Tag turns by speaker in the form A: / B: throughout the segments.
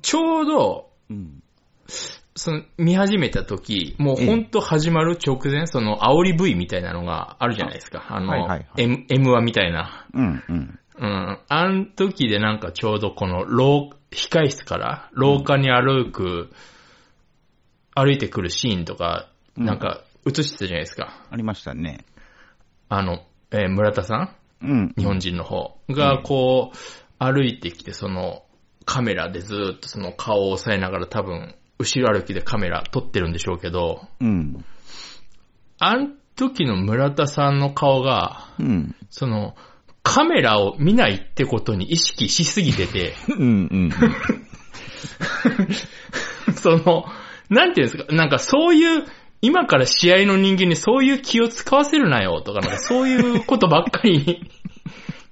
A: ちょうど、
B: うん。
A: その、見始めた時、もうほんと始まる直前、その、煽り V みたいなのがあるじゃないですか。あの、
B: はいはいはい
A: M、M1 みたいな。
B: うん、うん。
A: うん。あん時でなんかちょうどこの、廊、控室から、廊下に歩く、歩いてくるシーンとか、
B: うん
A: なんか映してたじゃないですか。
B: ありましたね。
A: あの、えー村田さん
B: うん。
A: 日本人の方が、こう、歩いてきて、その、カメラでずーっとその顔を押さえながら多分、後ろ歩きでカメラ撮ってるんでしょうけど、
B: うん。
A: あの時の村田さんの顔が、
B: うん。
A: その、カメラを見ないってことに意識しすぎてて、
B: うん、うん。
A: その、なんていうんですか、なんかそういう、今から試合の人間にそういう気を使わせるなよとか、なんかそういうことばっかりに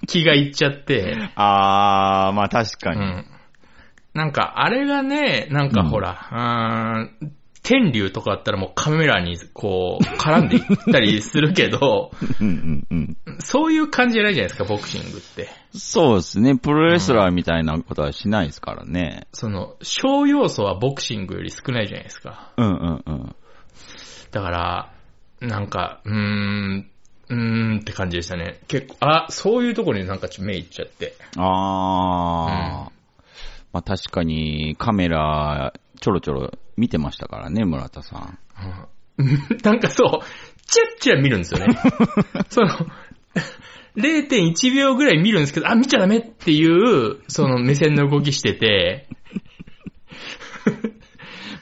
A: 気がいっちゃって、
B: あー、まあ確か
A: う
B: に。
A: ん。なんか、あれがね、なんかほら、うーん、天竜とかだったらもうカメラにこう、絡んでいったりするけ ど、
B: うん、うん、うん。
A: そういう感じじゃないじゃないですか、ボクシングって。
B: そうですね。プロレスラーみたいなことはしないですからね。
A: その、小要素はボクシングより少ないじゃないですか。
B: うん、うん、うん。
A: だから、なんか、うーん、うーんって感じでしたね。結構、あ、そういうところになんかちょっと目いっちゃって。
B: あー。まあ確かにカメラちょろちょろ見てましたからね、村田さん。
A: うん なんかそう、チラッチラ見るんですよね。その、0.1秒ぐらい見るんですけど、あ、見ちゃダメっていう、その目線の動きしてて、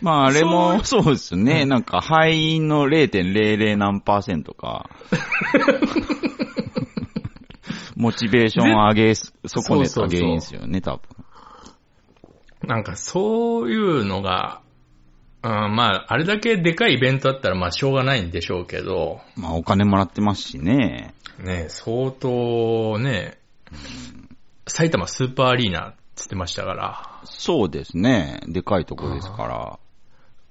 B: まああれもそうですね。なんか敗因の0.00何パーセント か。モチベーションを上げ、損
A: そう
B: ね
A: そ
B: た
A: うそう
B: 原因ですよね、多分。
A: なんかそういうのが、うん、まあ、あれだけでかいイベントだったら、まあ、しょうがないんでしょうけど、
B: まあお金もらってますしね。
A: ね、相当ね、埼玉スーパーアリーナって言ってましたから、
B: そうですね。でかいとこですから。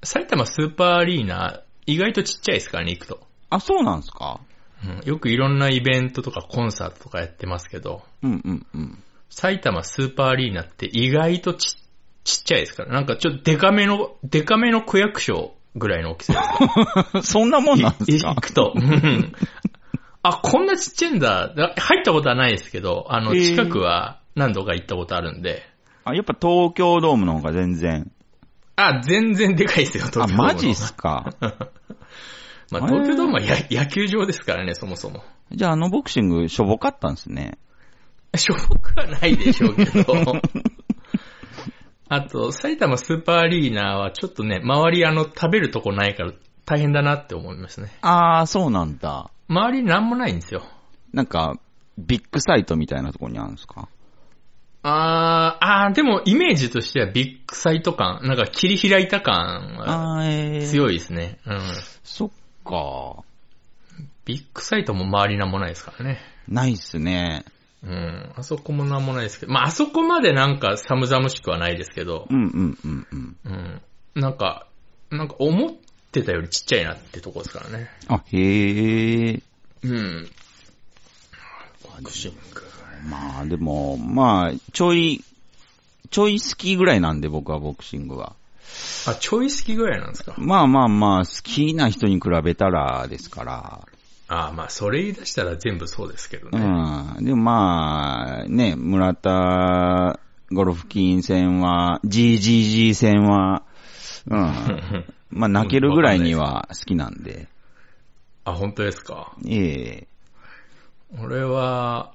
A: 埼玉スーパーアリーナ、意外とちっちゃいですからね、行くと。
B: あ、そうなんですか
A: うんよくいろんなイベントとかコンサートとかやってますけど、
B: うんうんうん。
A: 埼玉スーパーアリーナって意外とちちっちゃいですから、なんかちょっとデカめの、デカめの区役所ぐらいの大きさです
B: そんな もんなんです
A: 行
B: か
A: くと。うんあ、こんなちっちゃいんだ。だ入ったことはないですけど、あの、
B: へー
A: 近くは何度か行ったことあるんで。
B: あ、やっぱ東京ドームの方が全然。
A: あ、全然でかいですよ、
B: あ、
A: 東京ドームの。
B: マジっすか。
A: まあ、東京ドームはや野球場ですからね、そもそも。
B: じゃああのボクシングしょぼかったんですね。
A: しょぼくはないでしょうけ ど。あと、埼玉スーパーアリーナはちょっとね、周りあの、食べるとこないから大変だなって思いますね。
B: あー、そうなんだ。
A: 周りなんもないんですよ。
B: なんか、ビッグサイトみたいなところにあるんですか
A: あー、あーでもイメージとしてはビッグサイト感、なんか切り開いた感は
B: あー、えー、
A: 強いですね。うん。
B: そっか。
A: ビッグサイトも周りなんもないですからね。
B: ないっすね。
A: うん。あそこもなんもないですけど、まあ、あそこまでなんか寒々しくはないですけど
B: う、んうんうんうん。
A: うん。なんか、なんか思ってたよりちっちゃいなってとこですからね。
B: あ、へえ。
A: うん。ボクシング。
B: まあでも、まあ、ちょい、ちょい好きぐらいなんで僕はボクシングは。
A: あ、ちょい好きぐらいなんですか
B: まあまあまあ、好きな人に比べたらですから。
A: あまあ、それ言い出したら全部そうですけど
B: う
A: ね。
B: ん。でもまあ、ね、村田ゴロフキン戦は、GGG 戦は、うん。まあ泣けるぐらいには好きなんで。
A: あ、本当ですか
B: ええ
A: 俺は、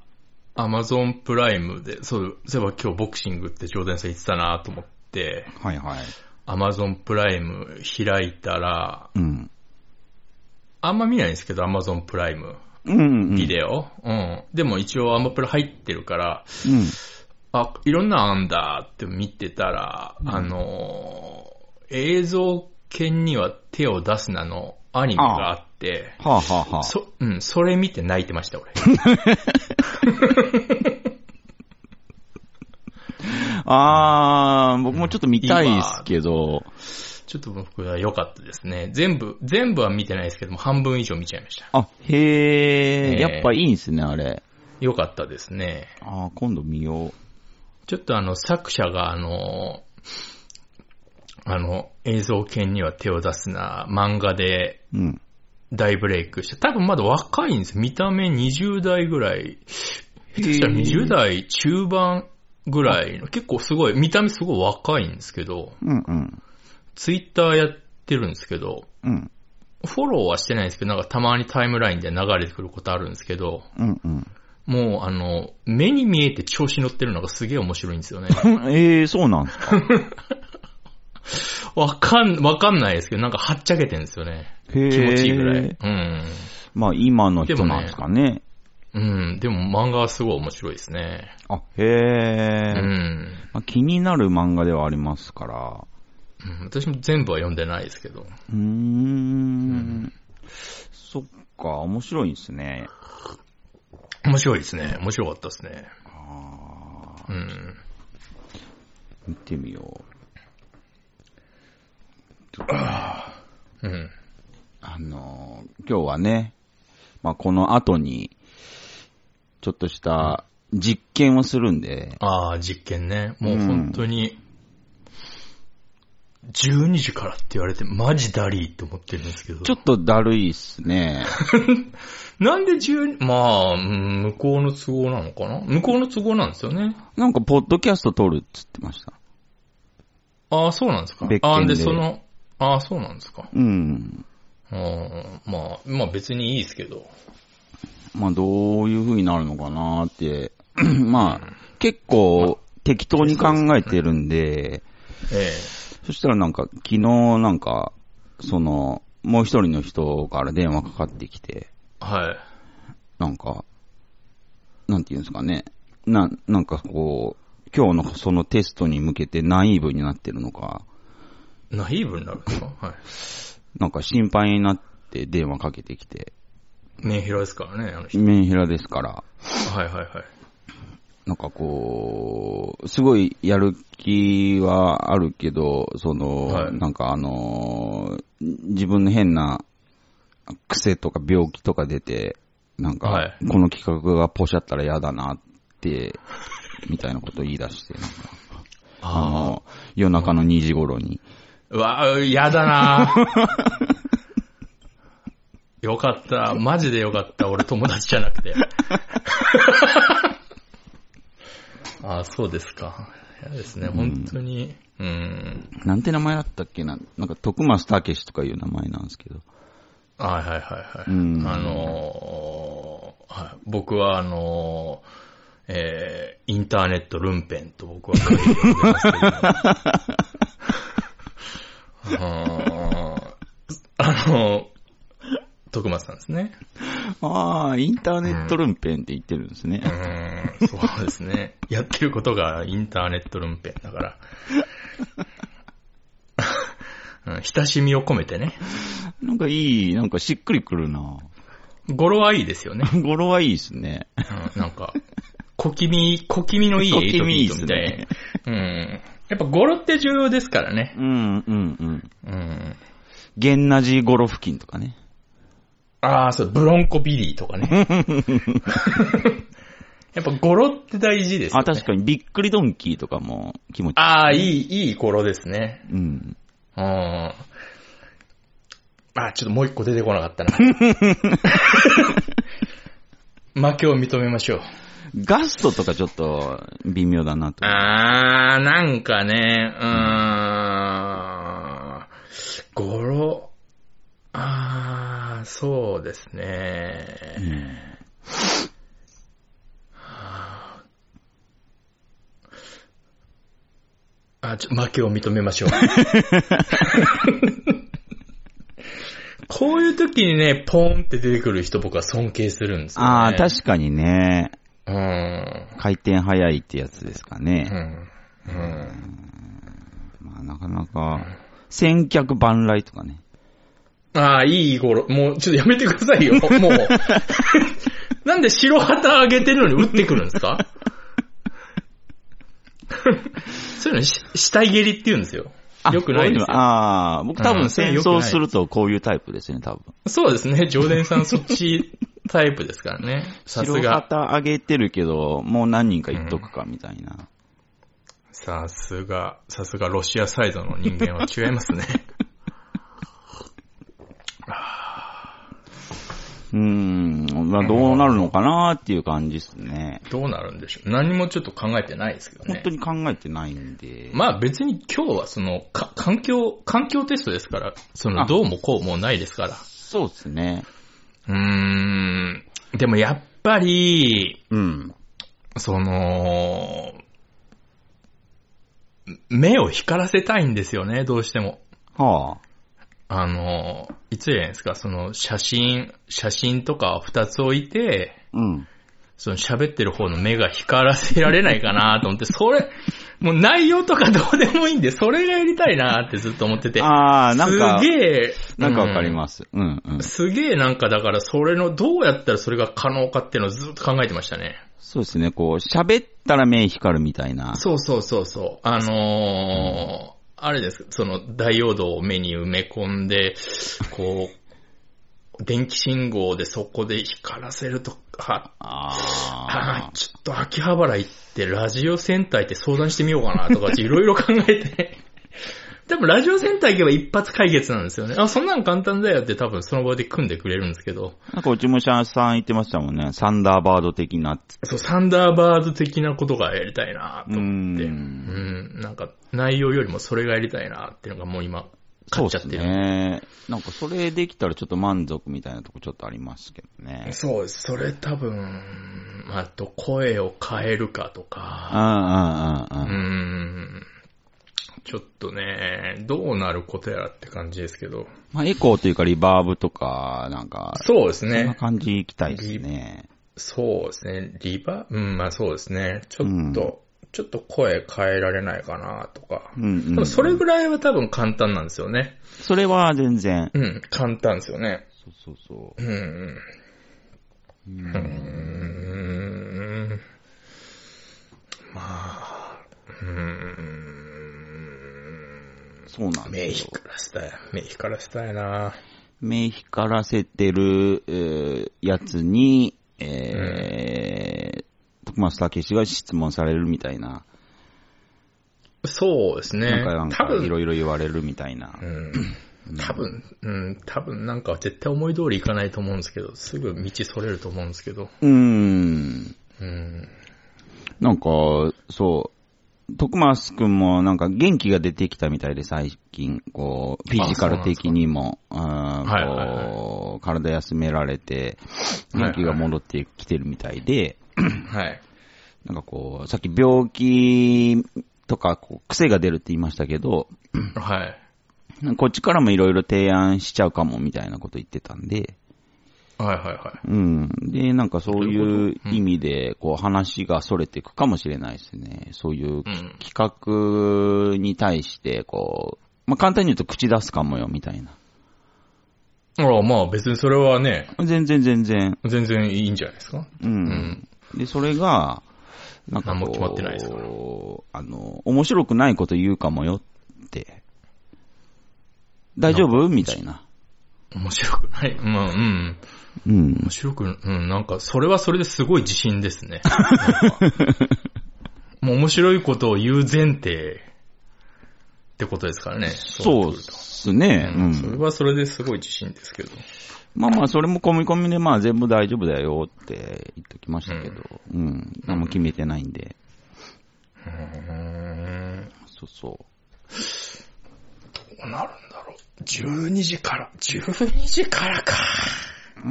A: アマゾンプライムで、そう、そういえば今日ボクシングって上田さん言ってたなと思って、
B: はいはい。
A: アマゾンプライム開いたら、
B: うん。
A: あんま見ないんですけど、アマゾンプライム、
B: うん、うん。
A: ビデオ。うん。でも一応アマプラ入ってるから、
B: うん。
A: あ、いろんなのあんだって見てたら、あのー、映像犬には手を出すなのアニメがあって、
B: はあ、はあはあ、
A: そ、うん、それ見て泣いてました、俺。
B: あー、僕もちょっと見たいですけど、
A: ちょっと僕は良かったですね。全部、全部は見てないですけども、半分以上見ちゃいました。
B: あ、へ
A: ね
B: ー、
A: え
B: やっぱいいんすね、あれ。
A: 良かったですね。
B: あー、今度見よう。
A: ちょっとあの、作者があの、あの、映像犬には手を出すな、漫画で
B: うん。
A: 大ブレイクして、多分まだ若いんです。見た目20代ぐらい。下手したら20代中盤ぐらいの、結構すごい、見た目すごい若いんですけど、
B: うんうん。
A: ツイッターやってるんですけど、
B: うん。
A: フォローはしてないんですけど、なんかたまにタイムラインで流れてくることあるんですけど、
B: うんうん。
A: もうあの、目に見えて調子乗ってるのがすげえ面白いん ですよね。
B: ええそうなんですか。
A: わかん、わかんないですけど、なんかはっちゃけてるんですよね。
B: へえ
A: 気持ちいいぐらい。うん。
B: まあ今の人なんですかね。
A: うん。でも漫画はすごい面白いですね。
B: あ、へえ
A: う、ん。
B: まあ。気になる漫画ではありますから。
A: うん私も全部は読んでないですけど。
B: うーん。そっか、面白いですね。
A: 面白いですね。面白かったですね。
B: あ
A: う
B: ー
A: ん。
B: 見てみよう。
A: うん。
B: あのー、今日はね、まあこの後に、ちょっとした実験をするんで、
A: ああ、実験ね。もう本当に、12時からって言われて、マジだりーって思ってるんですけど。
B: ちょっとだるいっすね。
A: なんで12、まあ、うん向こうの都合なのかな向こうの都合なんですよね。
B: なんかポッドキャスト撮るっつってました。
A: ああ、そうなんですか。
B: 別件
A: あ
B: で
A: あ、で、その、ああ、そうなんですか。
B: うん。
A: うん。まあ、まあ別にいいですけど。
B: まあどういう風になるのかなーって、 まあ結構適当に考えてるんで、
A: え
B: そしたらなんか昨日なんか、その、もう一人の人から電話かかってきて、
A: え。はい。
B: なんか、なんていうんですかね。な、なんかこう、今日のそのテストに向けてナイーブになってるのか、
A: ナイーブになるんですかはい。
B: なんか心配になって電話かけてきて、
A: メンヘラですからね、あの人。
B: メンヘラですから、
A: はいはいはい。
B: なんかこう、すごいやる気はあるけど、その、
A: はい
B: なんかあのー、自分の変な癖とか病気とか出て、な
A: は
B: んか、
A: い
B: この企画がポシャったら嫌だなって、みたいなことを言い出して、なんかあ
A: ああ。
B: の、夜中の2時頃に。
A: うわあ、やだなーよかった。マジでよかった。俺友達じゃなくて。ああ、そうですか。嫌ですね。本当に。うん。
B: なんて名前だったっけななんか、徳松たけしとかいう名前なんですけど。
A: はいはいはいはい。
B: うん
A: あのーはい、僕はあのーえー、インターネットルンペンと僕は書いて呼んでますけど うーんあのー徳松さんですね。
B: ああ、インターネットルンペンって言ってるんですね
A: う。ーん、そうですね。やってることがインターネットルンペンだから。 うん、親しみを込めてね。
B: なんかいい、なんかしっくりくるな。
A: 語呂はいいですよね。
B: 語呂はいいですね。
A: うんなんか、小気味、小気味のいい
B: 小気味いいっ
A: 8
B: す
A: みたい
B: ね
A: うん。やっぱ語呂って重要ですからね。
B: うん、うん、
A: う
B: うん。
A: ん。
B: ゲンナジ語呂付近とかね。
A: ああ、そう、ブロンコビリーとか ね。やっぱ語呂って大事ですよ
B: あ、
A: ね。
B: 確かに、びっくりドンキーとかも気持ちいい。
A: ああ、いい、いい語呂ですね。
B: うん。
A: うん。ああ、ちょっともう一個出てこなか ったな。負けを認めましょう。
B: ガストとかちょっと微妙だなと。
A: あー、なんかね、うーん、語呂、あー、そうです
B: う
A: ね。
B: ん
A: あ、ちょ、負けを認めましょう。 こういう時にね、ポーンって出てくる人僕は尊敬するんですよ、ね。
B: ああ、確かにね。
A: かに。うん。
B: 回転早いってやつですかね。
A: うん。うん。
B: まあ、なかなか、先客万来とかね。
A: ああ、いい語呂。もう、ちょっとやめてくださ いよ。もう。なんで白旗上げてるのに打ってくるんです かそういうのし、死体蹴りって言うんですよ。
B: あ
A: よくないです
B: こううの
A: よ。
B: ああ、僕多
A: う
B: 分
A: ん
B: 戦
A: よくな
B: 争
A: い
B: するとこういうタイプですね、多分。
A: そうですね。上田さんそっちタイプですからね。さす
B: 白
A: が。
B: 旗上げてるけど、もう何人か言っとくかみたいな。
A: さすが、さすがロシアサイドの人間は違います ね。
B: うーん、まあ、どうなるのかなっていう感じですね。
A: どうなるんでしょう。何もちょっと考えてないですけど
B: 本
A: ね
B: 当。に考えてないんで。
A: まあ別に今日はその、か環境、環境テストですから、その
B: あ
A: どうもこうもないですから。
B: そうですね。
A: うーん、でもやっぱり、
B: うん。
A: その、目を光らせたいんですよね、どうしても。
B: はあ。
A: あの、いつやないですか、その写真、写真とか二つ置いて、
B: うん。
A: その喋ってる方の目が光らせられないかなと思って、 それ、もう内容とかどうでもいいんで、それがやりたいなってずっと思ってて。
B: ああ、なんか
A: す、げえ、
B: なんかわかり
A: す。
B: ます。うん、うん。
A: すげえなんかだから、それの、どうやったらそれが可能かっていうのをずっと考えてましたね。
B: そうですね、こう、喋ったら目光るみたいな。
A: そうそうそうそう。あのー、あれです。その、ダイオードを目に埋め込んで、こう、電気信号でそこで光らせるとか、あ
B: あ
A: あ、ちょっと秋葉原行ってラジオセンター行って相談してみようかなとか、いろいろ考えて。 多分ラジオセンター行けば一発解決なんですよね。あ、そんなん簡単だよって多分その場で組んでくれるんですけど。
B: あ。なんか、うちも社さん言ってましたもんね。サンダーバード的なっつ。
A: そう、サンダーバード的なことがやりたいなと思って。
B: う
A: うんんなんか、内容よりもそれがやりたいなっていうのがもう今、
B: そ
A: 勝っちゃ
B: うで
A: っ
B: す
A: てる。
B: ね。なんか、それできたらちょっと満足みたいなとこちょっとありますけどね。
A: そうです。それ多分、あと、声を変えるかと
B: うん、う
A: か、
B: ん、うん、
A: う、
B: うんん。
A: ちょっとね、どうなることやらって感じですけど。
B: まあ、エコーというか、リバーブとか、なんか、
A: そうです
B: そんな
A: ね。
B: 感じいきたいですね。
A: そうですね。リバうん、まあそうですね。ちょっと、ちょっと声変えられないかなとか。
B: うん、うん
A: で
B: う
A: も
B: ん。
A: それぐらいは多分簡単なんですよね。
B: それは全然。
A: うん、簡単ですよね。
B: そうそうそ
A: うん。うん。まあ、うん。
B: う。そうなん
A: 目
B: ですよ。
A: 光らせたい。目光らせたいな。
B: 目光らせてる、えーやつに、えー、徳松武史が質問されるみたいな。
A: そうですね。
B: なんか、なん
A: 多
B: か、いろ
A: 分、
B: いろ言われるみたいな
A: う。ん。多分、うん、多分なんか絶対思い通りいかないと思うんですけど、すぐ道それると思うんですけど。
B: うーん。
A: うん。
B: なんか、そう。徳松くんもなんか元気が出てきたみたいで最近、こう、フィジカル的にも、あ
A: はいは
B: ー
A: いはい
B: こう体休められて、
A: はいはい
B: 元気が戻ってきてるみたいで、
A: はい。
B: なんかこう、さっき病気とかこう癖が出るって言いましたけど、
A: はい。
B: こっちからもいろいろ提案しちゃうかもみたいなこと言ってたんで、
A: はいはいはい。
B: うん。で、なんかそういう
A: どういうことうん
B: 意味で、こう話が逸れていくかもしれないですね。そうい
A: う
B: う
A: ん。
B: 企画に対して、こう、まあ、簡単に言うと口出すかもよみたいな。
A: ああまあ別にそれはね、
B: 全然全然。
A: 全然いいんじゃないですか。
B: うん。で、それが、なんか
A: 何
B: こう
A: も決まってないですから
B: あの、面白くないこと言うかもよって。大丈夫みたいな。
A: 面白くない。まあ、うん。
B: うん
A: 面。白く、うん、なんか、それはそれですごい自信です ね。もう面白いことを言う前提ってことですからね。
B: そう
A: なっ
B: で
A: てくると
B: すね。う。
A: うんんそれはそれですごい自信ですけど。
B: まあまあ、それも込み込みで、まあ全部大丈夫だよって言っときましたけど、うん。何も決めてないんで。
A: うーん。
B: そうそう。
A: どうなるんだろう。12時から、12時からか。
B: うー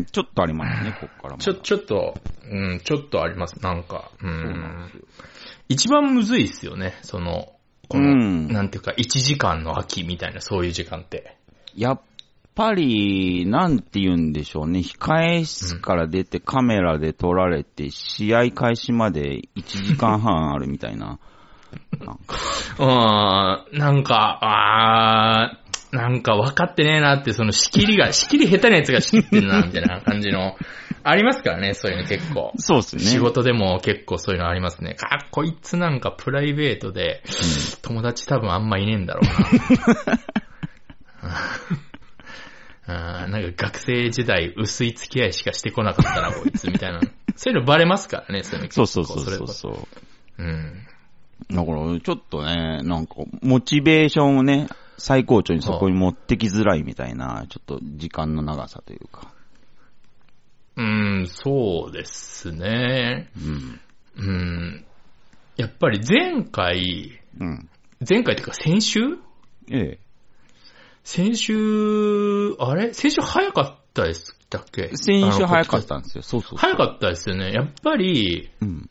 B: ん、ちょっとありますね、こっからも。
A: ちょ、ちょっと、うん、ちょっとあります。なんか、う
B: そうなんで
A: ん
B: す。よ。
A: 一番むずいっすよね。その、こ
B: う
A: の、
B: ん
A: なんていうか、1時間の秋みたいな、そういう時間って。
B: やっぱり、なんて言うんでしょうね。控え室から出てカメラで撮られて、試合開始まで1時間半あるみたいな。
A: うーん、なんか、あー、なんか分かってねえなって、その仕切り が、仕切り下手なやつが仕切ってんな、みたいな感じの、ありますからね、そういうの結構。
B: そうですね。
A: 仕事でも結構そういうのありますね。あ、こいつなんかプライベートで、友達多分あんまいねえんだろう な。あーなんか学生時代薄い付き合いしかしてこなかったな、こいつ、みたいな。そういうのバレますからね、そういうの結
B: そ
A: 構。
B: うそうそうそう
A: れこ
B: そう。
A: うん。
B: だから、ちょっとね、なんか、モチベーションをね、最高潮にそこに持ってきづらいみたいな、ちょっと時間の長さというか。
A: うん、そうですね。
B: うん。
A: うん。やっぱり前回、
B: うん。
A: 前回っていうか先週
B: え
A: 先週、あれ先週早かったですだっけ
B: え。先週早かっ
A: あの
B: たんですよ。そうそうそう。
A: 早かったですよね。やっぱり、
B: うん。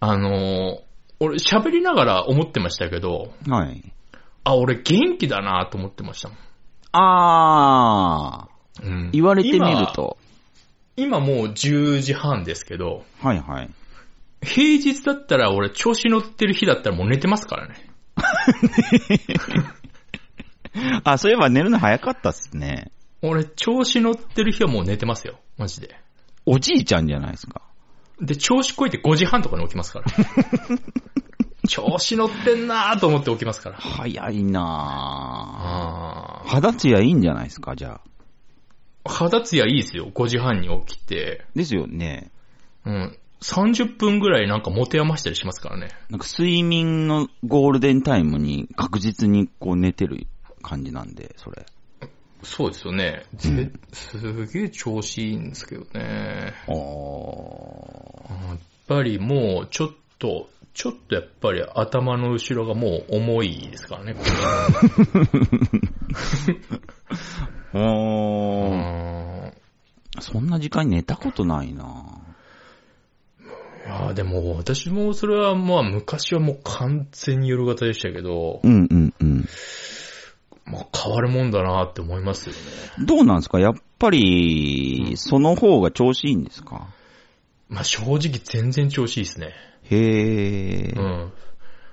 A: あの、俺喋りながら思ってましたけど、
B: はい。
A: あ、俺元気だなと思ってましたもん。
B: あー、
A: うん
B: 言われてみると。
A: 今。今もう10時半ですけど、
B: はいはい。
A: 平日だったら俺調子乗ってる日だったらもう寝てますからね。
B: あ、そういえば寝るの早かったっすね。
A: 俺調子乗ってる日はもう寝てますよ。マジで。
B: おじいちゃんじゃないですか。
A: で、調子こいて5時半とかに起き ますから。調子乗ってんなーと思って起きますから。
B: 早いな
A: あ
B: ぁ。肌ツヤいいんじゃないですか、じゃあ。
A: ー肌ツヤいいですよ。5時半に起きて。
B: ですよね。
A: うん。30分ぐらいなんか持て余したりしますからね。
B: なんか睡眠のゴールデンタイムに確実にこう寝てる感じなんで、それ。
A: そうですよね。ぜすげえ調子いいんですけどね。
B: あー。
A: やっぱりもうちょっと、ちょっとやっぱり頭の後ろがもう重いですからね、これ
B: おー。
A: うん
B: そんな時間に寝たことないなぁ。
A: いやーでも私もそれはまあ昔はもう完全に夜型でしたけど、
B: うんうんうん。
A: まあ変わるもんだなって思いますよね。
B: どうなんですかやっぱり、その方が調子いいんですか
A: まあ正直全然調子いいですね。
B: へえ。
A: うん。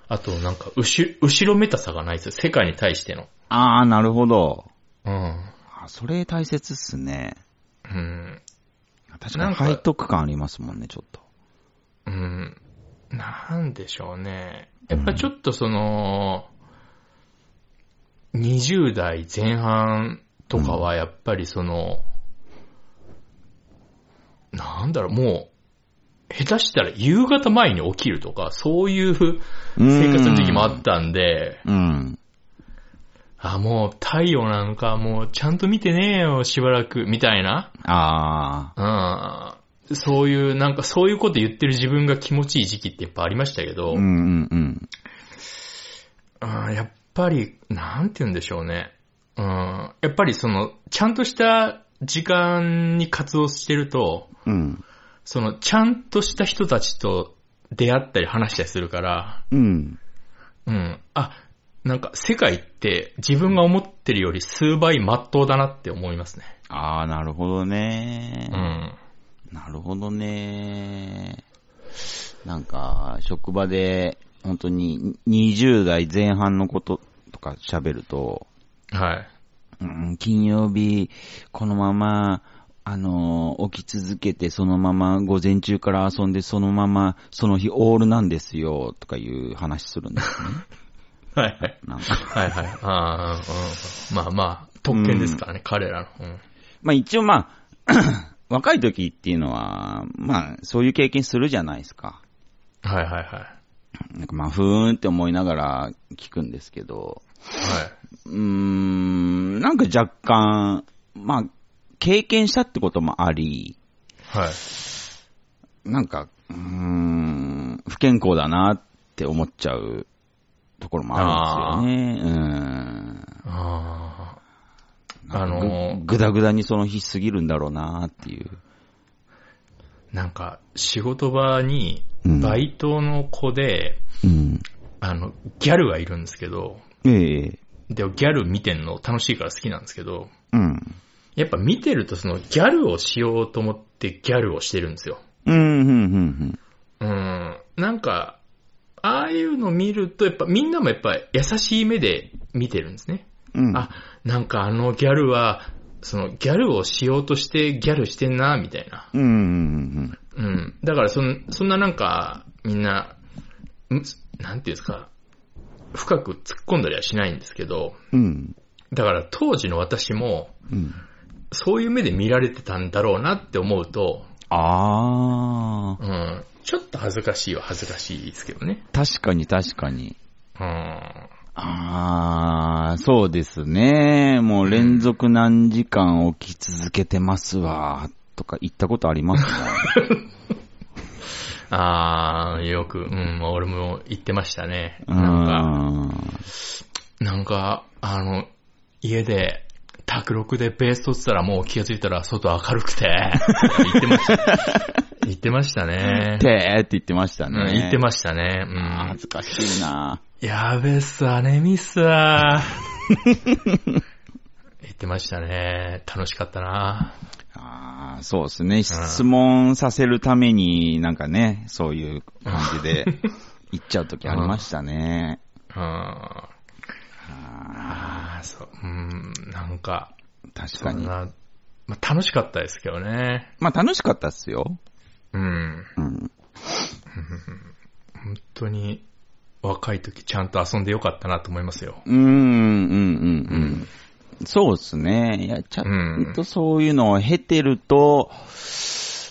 A: あとなんか、後、後ろめたさがないですよ。世界に対しての。
B: あー、なるほど。
A: うん。
B: あ、それ大切っすね。
A: うん。
B: 確か
A: なん
B: に
A: か
B: 背徳感ありますもんね、ちょっと。
A: うん。なんでしょうね。やっぱちょっとその、20代前半とかはやっぱりその、なんだろう、もう、下手したら夕方前に起きるとか、そういう生活の時期もあったんで、
B: うん。
A: あ、もう太陽なんかもうちゃんと見てねえよ、しばらく、みたいな。
B: あ
A: うん。そういう、なんかそういうこと言ってる自分が気持ちいい時期ってやっぱありましたけ
B: あ。
A: ど、
B: うんうんうん。
A: うんやっぱり、なんて言うんでしょうね。うん、やっぱりその、ちゃんとした時間に活動してると、
B: うん。
A: その、ちゃんとした人たちと出会ったり話したりするから、
B: うん。
A: うん、あ、なんか世界って自分が思ってるより数倍真っ当だなって思いますね。
B: ああ、なるほどね
A: う。ん。
B: なるほどね。なんか、職場で、本当に20代前半のこととか喋ると、
A: はい。
B: うん、金曜日、このまま、あのー起き続けて、そのまま午前中から遊んで、そのまま、その日オールなんですよ、とかいう話するんですね。
A: はい。
B: なんか
A: はいはい。あーうんまあまあ、特権ですからね、彼らの。うん
B: まあ一応まあ、 若い時っていうのは、まあそういう経験するじゃないですか。
A: はいはいはい。
B: なんかまあふーんって思いながら聞くんですけど、
A: は
B: うーん、なんか若干、まあ経験したってこともあり、
A: い。はい。
B: なんか、うーん、不健康だなって思っちゃうところもあるんですよね。
A: ああ。
B: うん。
A: あのー
B: ぐぐだぐだにその日過ぎるんだろうなっていう。
A: なんか、仕事場に、
B: うん
A: バイトの子で、
B: うん。
A: あの、ギャルがいるんですけど、
B: ええ
A: で、ギャル見てんの楽しいから好きなんですけど、
B: うん。
A: やっぱ見てるとそのギャルをしようと思ってギャルをしてるんですよ。
B: うん、うん、うん、うん。
A: うん。なんか、ああいうの見ると、やっぱみんなもやっぱ優しい目で見てるんですね。
B: うん。
A: あ、なんかあのギャルは、そのギャルをしようとしてギャルしてんな、みたいな。
B: うんうん
A: うん。だからそん、そんななんか、みんな、んなんていうんですか、深く突っ込んだりはしないんですけど、
B: うんうん。うん。
A: だから当時の私も、
B: うん。
A: そういう目で見られてたんだろうなって思うと、
B: ああ。
A: うん、ちょっと恥ずかしいは恥ずかしいですけどね。
B: 確かに確かに。
A: うん。
B: ああ、そうですね。もう連続何時間起き続けてますわ、とか言ったことありますか
A: あー、よく、うん、俺も言ってましたね。
B: う
A: なんか、
B: ん。
A: なんか、あの、家で、卓録でベース取ってたらもう気がついたら外明るくて、言ってました。言ってましたね
B: て。ーって言ってました
A: う
B: ね。
A: ん、言ってましたね。う
B: あー
A: ん
B: 恥。ずかしいな。
A: やべっさ、ねみっ さ。言ってましたね。楽しかったな。
B: ああ、そうですね。質問させるために、なんかね、そういう感 じで言っちゃうときありましたね。
A: うん。ああ、そう、うん、なんか、
B: 確
A: そ
B: か
A: ん
B: に。
A: な、まあ、楽しかったですけどね。
B: まあ楽しかったっすよ。
A: うん。
B: うん。
A: 本当に、若い時ちゃんと遊んでよかったなと思いますよ。
B: うーん、うん、うん、うん。そうですね。いや、ちゃんとそういうのを経てると、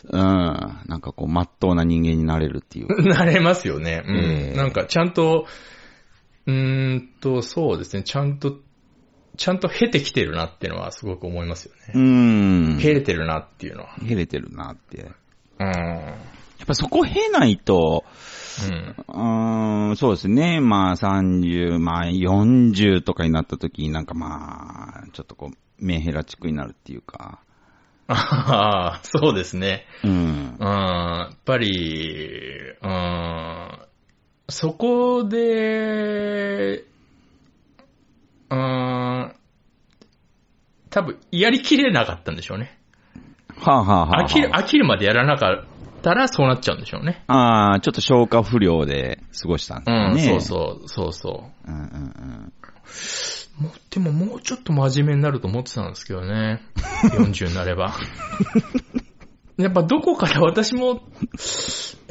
B: うん、なんかこう、まっとうな人間になれるっ ていうか。
A: なれますよね。うん。
B: ええ
A: なんか、ちゃんと、うーんと、そうですね。ちゃんと、ちゃんと経てきてるなっていうのはすごく思いますよね。
B: うーん。
A: 経
B: へ
A: れてるなっていうのは。
B: れてるなって。や
A: うん。
B: っぱそこ経ないと、
A: うん。
B: うーん、そうですね。まあ30、まあ40とかになった時になんかまあ、ちょっとこう、メンヘラチックになるっていうか。
A: ああ、そうですね。
B: うん
A: う。ん。やっぱり、うん。そこで、うん。多分、やりきれなかったんでしょうね。
B: はあ、はあはあは
A: 飽
B: あ、
A: きる、飽きるまでやらなかったらそうなっちゃうんでしょうね。
B: ああ、ちょっと消化不良で過ごしたんです
A: う
B: か
A: ん、
B: ね。。
A: そうそう、そうそう
B: うんうんうん。
A: う。もうでももうちょっと真面目になると思ってたんですけど ね。40になれば。 やっぱどこから私も、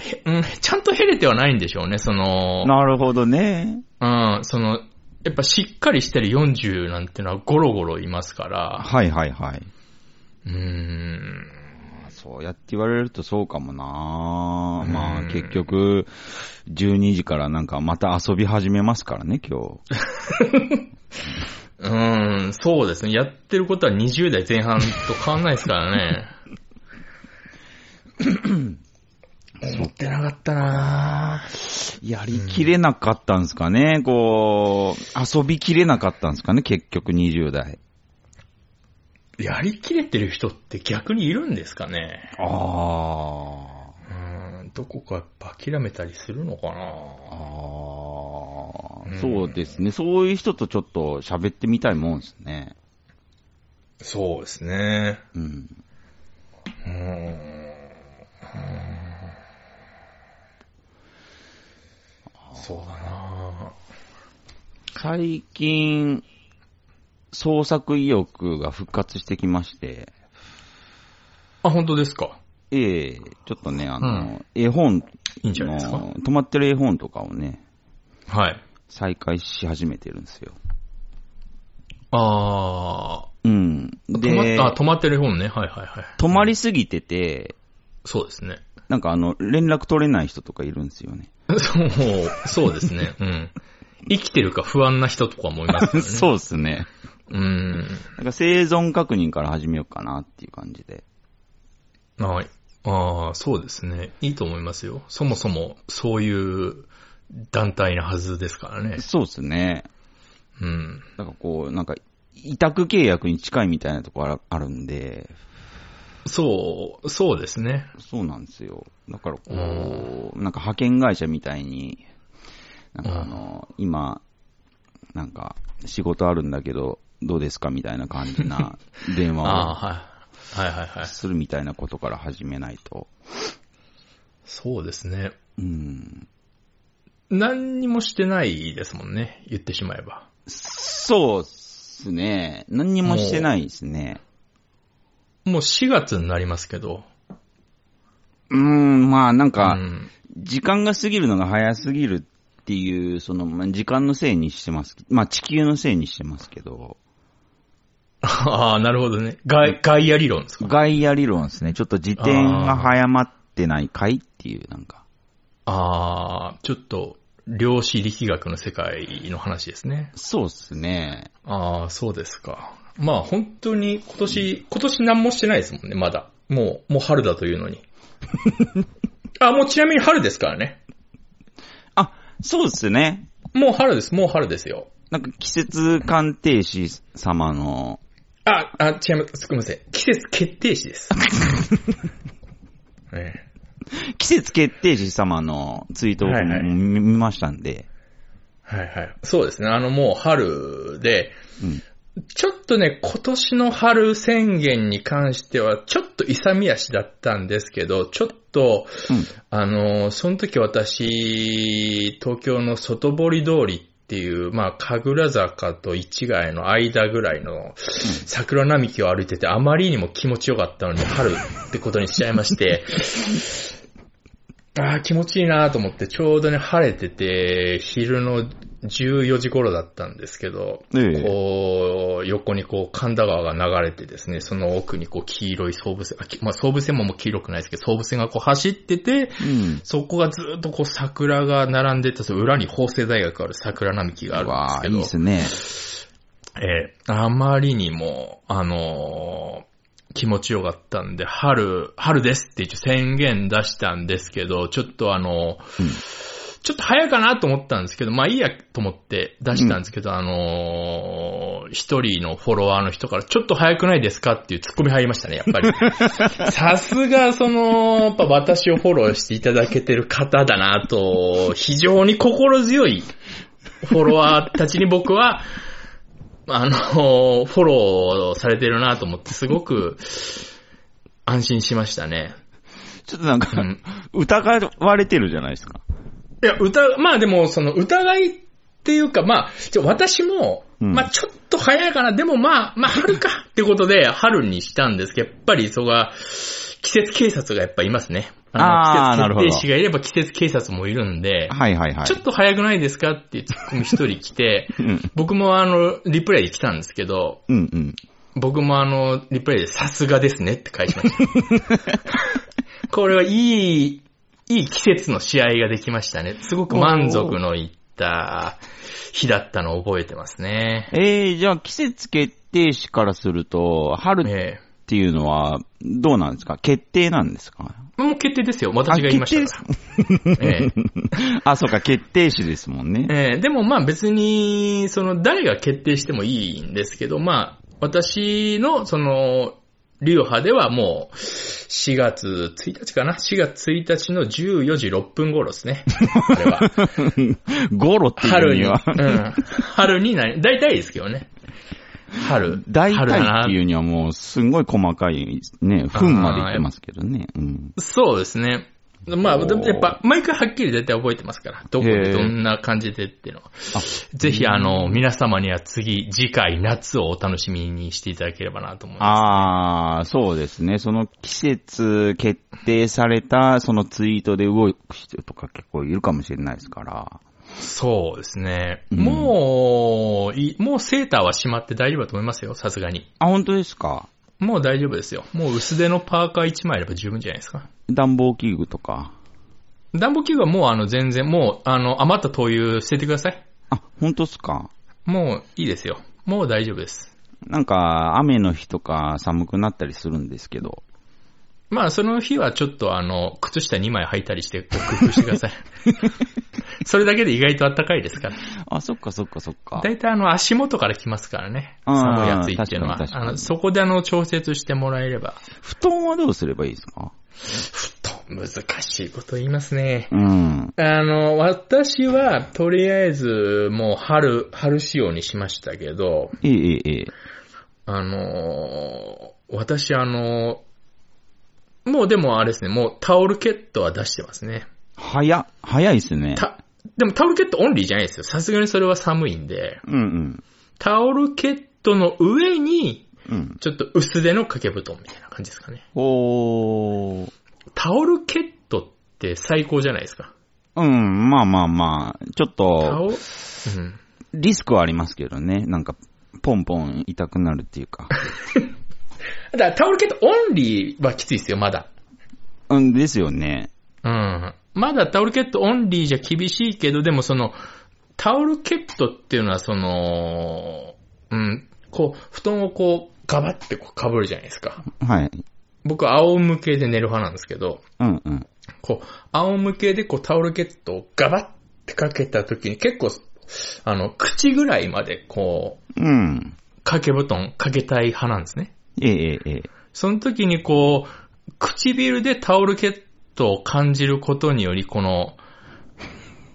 A: へうん、ちゃんと減れてはないんでしょうね、その、
B: なるほどね。
A: うん、その、やっぱしっかりしてる40なんてのはゴロゴロいますから、
B: はいはいはい。
A: うーん、
B: まあそうやって言われるとそうかもな
A: うん
B: まあ結局、12時からなんかまた遊び始めますからね、今日。
A: うーん、そうですね。やってることは20代前半と変わんないですからね。思ってなかったなぁ
B: やりきれなかったんですかね、こう、遊びきれなかったんですかね、結局20代。
A: やりきれてる人って逆にいるんですかね。
B: あ
A: うーん、どこかやっぱ諦めたりするのか
B: あ。
A: なぁ
B: あ
A: うん
B: あ。そうですね。そういう人とちょっと喋ってみたいもんですね。
A: そうですね。
B: うん。
A: うーん。そうだな
B: 最近、創作意欲が復活してきまして、
A: あ、本当ですか
B: ええちょっとね、あの、絵本
A: いいんじゃないですか
B: の、止まってる絵本とかをね、
A: はい。
B: 再開し始めてるんですよ。
A: あー、
B: うん。
A: 止まっ
B: で、
A: た、あ止まってる本ね。はいはいはい。
B: 止まりすぎてて、
A: そうですね。
B: なんかあの、連絡取れない人とかいるんですよね。
A: そう、そうですね。 うん。生きてるか不安な人とかもいます からね。
B: そうですね。
A: うん。
B: なんか生存確認から始めようかなっていう感じで。
A: はい。ああ、そうですね。いいと思いますよ。そもそも、そういう団体なはずですからね。
B: そうですね。
A: うん。
B: なんかこう、なんか、委託契約に近いみたいなとこあるあるんで、
A: そう、そうですね。
B: そうなんですよ。だからこう、なんか派遣会社みたいに、なんかあの、今、なんか、仕事あるんだけど、どうですかみたいな感じ な電話
A: ああ、はい。はいはいはい
B: を。するみたいなことから始めないと。
A: そうですね。
B: うん。
A: 何にもしてないですもんね。言ってしまえば。
B: そうっすね。何にもしてないですね。
A: もう4月になりますけど。
B: うーん、まあなんか
A: う、ん
B: 時間が過ぎるのが早すぎるっていう、その、まあ、時間のせいにしてます。まあ地球のせいにしてますけど、
A: ああ、なるほどね。ガイガイア理論ですか。
B: ガイア理論ですね。ちょっと時点が早まってないかいっていう、なんか。
A: ああ、ちょっと、量子力学の世界の話ですね。
B: そうっすね。
A: ああ、そうですか。まあ本当に今年、今年何もしてないですもんね、まだ。もう、もう春だというのに。 あ、もうちなみに春ですからね。
B: あ、そうっすね。
A: もう春です、もう春ですよ。
B: なんか季節鑑定士様の、
A: あ、あ、違います。すみません。季節決定詞です。ええ
B: 季節決定士様のツイートを
A: はいはい
B: 見見ましたんで。
A: はいはい。そうですね。あのもう春で、
B: うん
A: ちょっとね、今年の春宣言に関しては、ちょっと勇み足だったんですけど、ちょっと、
B: うん
A: あの、その時私、東京の外堀通りっていう、まあ、神楽坂と市ヶ谷の間ぐらいの桜並木を歩いてて、あまりにも気持ちよかったのに、春ってことにしちゃいまして、 ああ、気持ちいいなと思って、ちょうどね、晴れてて、昼の14時頃だったんですけど、
B: ええ
A: こう、横にこう、神田川が流れてですね、その奥にこう、黄色い総武線、あきまあ、総武線ももう黄色くないですけど、総武線がこう走ってて、
B: うん。
A: そこがずーっとこう、桜が並んでた、その裏に法政大学ある桜並木があるんです
B: わあ、
A: け
B: い
A: ど、
B: いっすね。
A: ええあまりにも、あのー気持ちよかったんで、春、春ですって一応宣言出したんですけど、ちょっとあのー
B: うん
A: ちょっと早いかなと思ったんですけど、まあいいやと思って出したんですけど、あのー一人のフォロワーの人から、ちょっと早くないですかっていうツッコミ入りましたね、やっぱ り。さすが、その、やっぱ私をフォローしていただけてる方だなと、非常に心強いフォロワーたちに僕は、あの、 フォローされてるなと思って、すごく安心しましたね。
B: ちょっとなん
A: う
B: か、
A: ん
B: 疑われてるじゃないですか。
A: いや、疑、まあでも、その疑いっていうか、まあ、ちょ私も、
B: うん
A: まあちょっと早いかな、でもまあ、まあ春 かってことで、春にしたんですけど、やっぱりそこが、季節警察がやっぱいますね。
B: あー
A: の
B: なるほど
A: 季節決定士がいれば季節警察もいるんで、
B: はいはいはい
A: ちょ。っと早くないですかっていうツッコミ一人来て、
B: うん。
A: 僕もあの、リプレイで来たんですけど、
B: うんうん。
A: 僕もあの、リプレイでさすがですねって返しました。 これはいい、いい季節の試合ができましたね。すごく満足のいった日だったのを覚えてますね。
B: えー、じゃあ季節決定士からすると、春っ
A: え
B: ていうのはどうなんですか決定なんですか
A: えもう決定ですよ。私が言いました から。ええ
B: あ、そうか、決定士ですもんね。
A: ええでもまあ別に、その誰が決定してもいいんですけど、まあ私のその、流派ではもう4月1日かな ?4 月1日の14時6分頃ですね。あれは。
B: ゴロっていう
A: 春に、
B: に
A: う
B: は、
A: ん。春になり、大体ですけどね。春。
B: 大体っ
A: 春
B: て
A: だ
B: い
A: な。
B: うにはもうすんごい細かいね、糞までいってますけどね。うん。
A: そうですね。まあ、
B: おー
A: でもやっぱ、毎回はっきり絶対覚えてますから。どこ
B: へ
A: で
B: ー
A: どんな感じでっていうのは。ぜひ、あの、皆様には次、次回、夏をお楽しみにしていただければなと思います。
B: ああ、そうですね。その季節決定された、そのツイートで動く人とか結構いるかもしれないですから。
A: そうですね。
B: うん
A: もう、いもうセーターはしまって大丈夫だと思いますよ、さすがに。
B: あ、本当ですか
A: もう大丈夫ですよ。もう薄手のパーカー1枚あれば十分じゃないですか。
B: 暖房器具とか。
A: 暖房器具はもうあの全然、もうあの余った灯油捨ててください。
B: あ、本当ですか
A: もういいですよ。もう大丈夫です。
B: なんか、雨の日とか寒くなったりするんですけど。
A: まあその日はちょっとあの、靴下2枚履いたりしてこう工夫してくだ さい。それだけで意外と暖かいですから。
B: あ、そっかそっかそっか。
A: 大体あの足元から来ますからね。
B: あー
A: 寒い暑いっていうのは
B: 確。か
A: あ
B: に確かに
A: のそこであの調節してもらえれば。
B: 布団はどうすればいいですか
A: と、難しいこと言いますね。
B: うん。
A: あの、私はとりあえずもう春、春仕様にしましたけど、
B: ええええええ。
A: あのー私あのーもうでもあれですね、もうタオルケットは出してますね。
B: 早っ、早いですね。
A: た、でもタオルケットオンリーじゃないですよ。さすがにそれは寒いんで、
B: うんうん。
A: タオルケットの上に、
B: うん。
A: ちょっと薄手の掛け布団みたいな感じですかね。
B: おー。
A: タオルケットって最高じゃないですか。
B: うん、まあまあまあ、ちょっ
A: タ
B: と、
A: オル、うん。
B: リスクはありますけどね。なんか、ポンポン痛くなるっていうか。
A: だからタオルケットオンリーはきついですよ、まだ。
B: うんですよね。
A: うん。まだタオルケットオンリーじゃ厳しいけど、でもその、タオルケットっていうのはその、うん、こう、布団をこう、ガバってこう被るじゃないですか。
B: はい。
A: 僕、仰向けで寝る派なんですけど、
B: うんうん。
A: こう、仰向けでこうタオルケットをガバってかけた時に結構、あの、口ぐらいまでこう、
B: うん。
A: 掛け布団かけたい派なんですね。
B: ええええええ。
A: その時にこう、唇でタオルケットを感じることにより、この、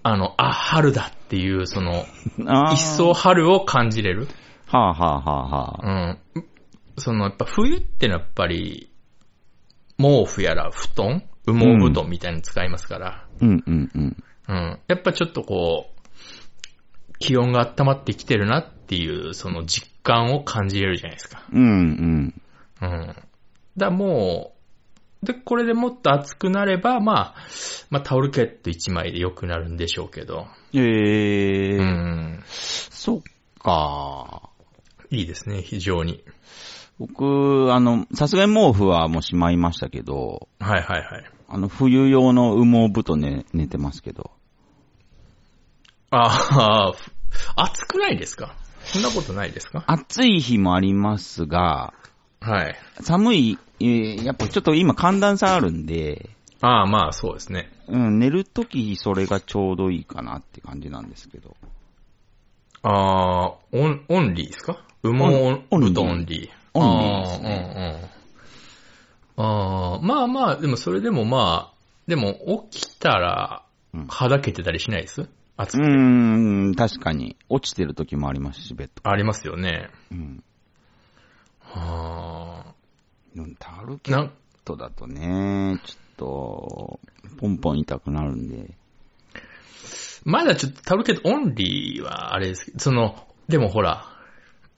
A: あの、あ、春だっていう、その、
B: あー
A: 一層。春を感じれる。
B: はあ、はあはあは
A: う
B: あ、
A: ん。その、やっぱ冬ってのはやっぱり、毛布やら布団羽毛布団みたいなの使いますから、
B: うんうんうん。
A: うん。やっぱちょっとこう、気温が温まってきてるなっていう、その実感を感じれるじゃないですか。
B: うん
A: うん。だ、もう、で、これでもっと熱くなれば、まあ、まあ、タオルケット1枚で良くなるんでしょうけど。
B: うん。ええ
A: うん。
B: そっか。
A: いいですね、非常に。
B: 僕、あの、さすがに毛布はもうしまいましたけど、
A: はいはいはい。
B: あの、冬用の羽毛布団で寝てますけど。
A: ああ、ふ暑くないですかそんなことないですか
B: 暑い日もありますが、
A: はい。
B: 寒い、えーやっぱちょっと今寒暖差あるんで、
A: ああ、まあそうですね。
B: うん、寝るときそれがちょうどいいかなって感じなんですけど。
A: ああ、オン、オンリーですか羽毛
B: オン
A: オ
B: オンリー
A: ンオンリー。
B: オンリーです
A: ね。うんうん。ああ、まあまあ、でもそれでもまあ、でも起きたら
B: うん、
A: はだけてたりしないです暑
B: う
A: く、
B: ーん、確かに。落ちてるときもありますし、ベッド。
A: ありますよね。
B: うん。
A: あ
B: うんタオル
A: あ、
B: ケッ
A: な、
B: トだとね、ちょっと、ポンポン痛くなるんで。
A: まだちょっとタオルケットオンリーはあれですけど、その、でもほら、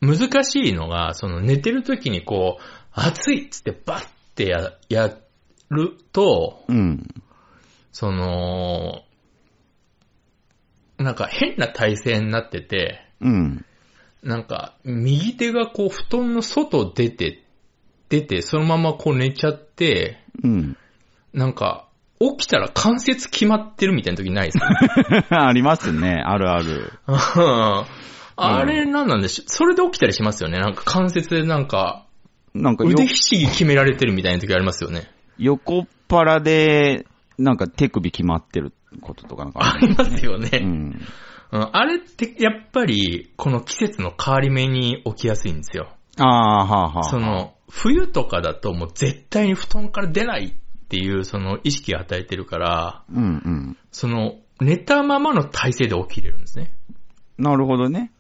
A: 難しいのが、その寝てる時にこう、暑いっつってバッてや、やると、
B: うん。
A: その、なんか変な体勢になってて、
B: うん。
A: なんか右手がこう布団の外出て、出て、そのままこう寝ちゃって、
B: うん。
A: なんか起きたら関節決まってるみたいな時ないで すか
B: ありますね。あるある。
A: あれなんなんでしょそれで起きたりしますよね。なんか関節でなんか
B: なんかよ
A: 腕ひしぎ決められてるみたいな時ありますよね。
B: 横っ腹で、なんか手首決まってることとかなんか
A: あ
B: ある。
A: りますよね。
B: うん。
A: うんあれってやっぱりこの季節の変わり目に起きやすいんですよ。
B: ああ、はあはあ。
A: その、冬とかだともう絶対に布団から出ないっていうその意識を与えてるから、
B: うんうん。
A: その、寝たままの体勢で起きれるんですね。
B: なるほどね。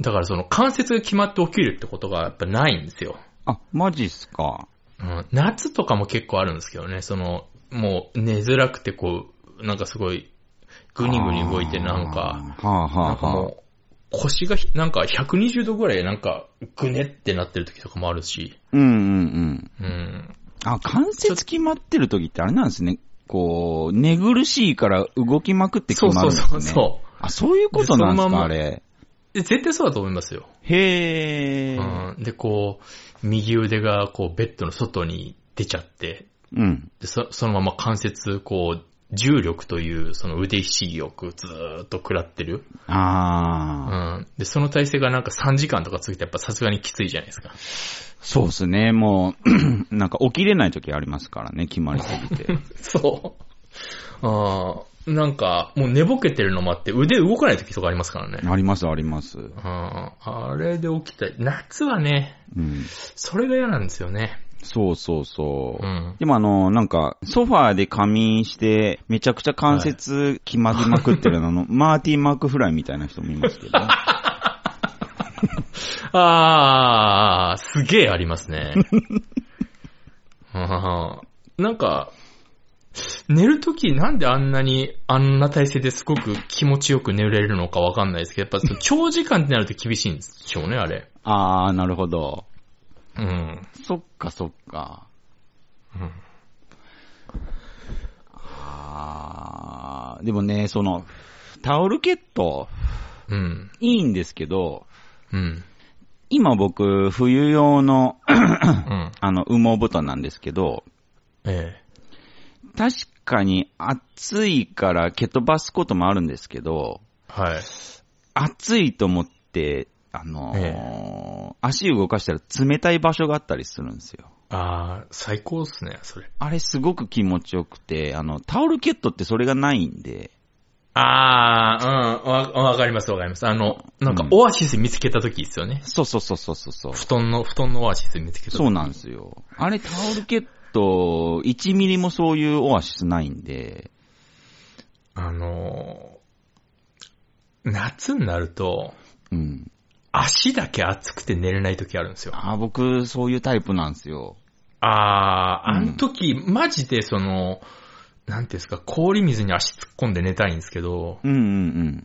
A: だからその関節が決まって起きるってことがやっぱないんですよ。
B: あ、マジっすか。
A: うん、夏とかも結構あるんですけどね、その、もう寝づらくてこう、なんかすごい、ぐにぐに動いてなんか、
B: あー。はあは
A: なんか
B: あはあ。
A: もう、腰がひなんか120度ぐらいなんかぐねってなってる時とかもあるし、
B: うんうんうん。
A: うん。
B: あ、関節決まってる時ってあれなんですね。こう、寝苦しいから動きまくって決
A: そうそ
B: まるん
A: う
B: です
A: そ
B: ね。
A: うそう。
B: あ、そういうことなんで
A: で
B: す
A: そのまん
B: か、
A: ま
B: あれ。
A: で絶対そうだと思いますよ。
B: へえ。
A: うん、で、こう、右腕がこうベッドの外に出ちゃって、
B: うん。
A: でそそのまま関節、こう、重力というその腕ひしぎをこうずーっと食らってる。う
B: ああ、
A: ん。で、その体勢がなんか3時間とか続いてやっぱさすがにきついじゃないですか。
B: そうですね。もう、 なんか起きれない時ありますからね、決まりす ぎて。
A: そう。あーなんか、もう寝ぼけてるのもあって腕動かない時とかありますからね。
B: あります、あります。
A: うん。あれで起きたい。夏はね、
B: うん。
A: それが嫌なんですよね。
B: そうそうそ
A: う
B: う。
A: ん。
B: でもあの、なんか、ソファーで仮眠して、めちゃくちゃ関節決まりまくってるの、あの、マーティン・マークフライみたいな人もいますけど。
A: あー、すげえありますね。あーなんか、寝るときなんであんなに、あんな体勢ですごく気持ちよく寝れるのかわかんないですけど、やっぱその長時間ってなると厳しいんでしょうね、あれ。
B: あー、なるほど。
A: うん。
B: そっか、そっか。
A: うん
B: あー、でもね、その、タオルケット、
A: うん。
B: いいんですけど、
A: うん。
B: 今僕、冬用の、
A: うん。
B: あの、羽毛布団なんですけど、
A: ええ。
B: 確かに暑いから蹴飛ばすこともあるんですけど、
A: はい。
B: 暑いと思って、あのー足動かしたら冷たい場所があったりするんですよ。
A: ああ、最高っすね、それ。
B: あれすごく気持ちよくて、あの、タオルケットってそれがないんで、
A: ああ、うん、わ、わかりますわかります。あの、なんか
B: うん
A: オアシス見つけた時ですよね。
B: そうそうそうそうそうそう。
A: 布団の、布団のオアシス見つけた時。
B: そうなんですよ。あれタオルケット、1ミリもそういうオアシスないんで、
A: あのー夏になると、
B: うん。
A: 足だけ暑くて寝れない時あるんですよ。
B: あー僕、そういうタイプなんですよ。
A: あー、あ
B: うん
A: の時、マジでその、なんていうんですか、氷水に足突っ込んで寝たいんですけど、
B: うんうん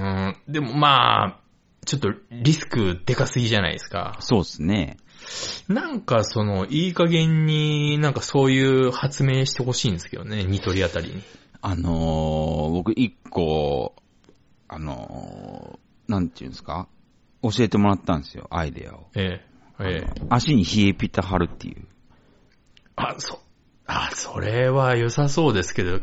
A: うん、でもまあ、ちょっとリスクでかすぎじゃないですか
B: うん。。そうですね。
A: なんかその、いい加減になんかそういう発明してほしいんですけどね、ニトリあたりに。
B: あのー、僕一個、あのー、なんていうんですか教えてもらったんですよ、アイデアを。
A: ええ、ええ。
B: 足に冷えピタ貼るっていう。
A: あ、そ、あ、それは良さそうですけど、冷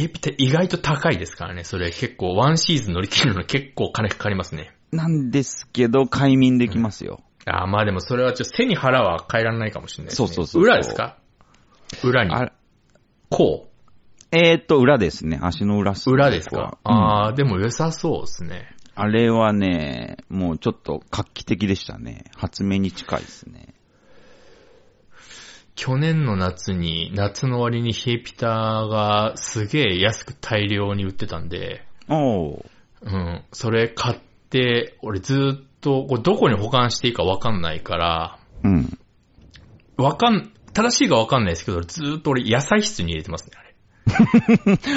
A: えピタ意外と高いですからね、それ結構、ワンシーズン乗り切るの結構金かかりますね。
B: なんですけど、快眠できますよ。
A: あーまあでもそれはちょっと背に腹は変えられないかもしれないです、ね。
B: そうそうそう
A: 裏ですか裏に。
B: あ
A: こ
B: えーっと、裏ですね。足の裏っす
A: う。
B: ね
A: 裏です
B: こ
A: か、
B: こはうん
A: ああ、でも良さそうですね。
B: あれはね、もうちょっと画期的でしたね。発明に近いですね。
A: 去年の夏に、夏の終わりに冷えピタがすげえ安く大量に売ってたんで、
B: おー。
A: うん、それ買って、俺ずーっと、これどこに保管していいかわかんないから、
B: うん。
A: わかん、正しいかわかんないですけど、ずーっと俺野菜室に入れてますね、あれ。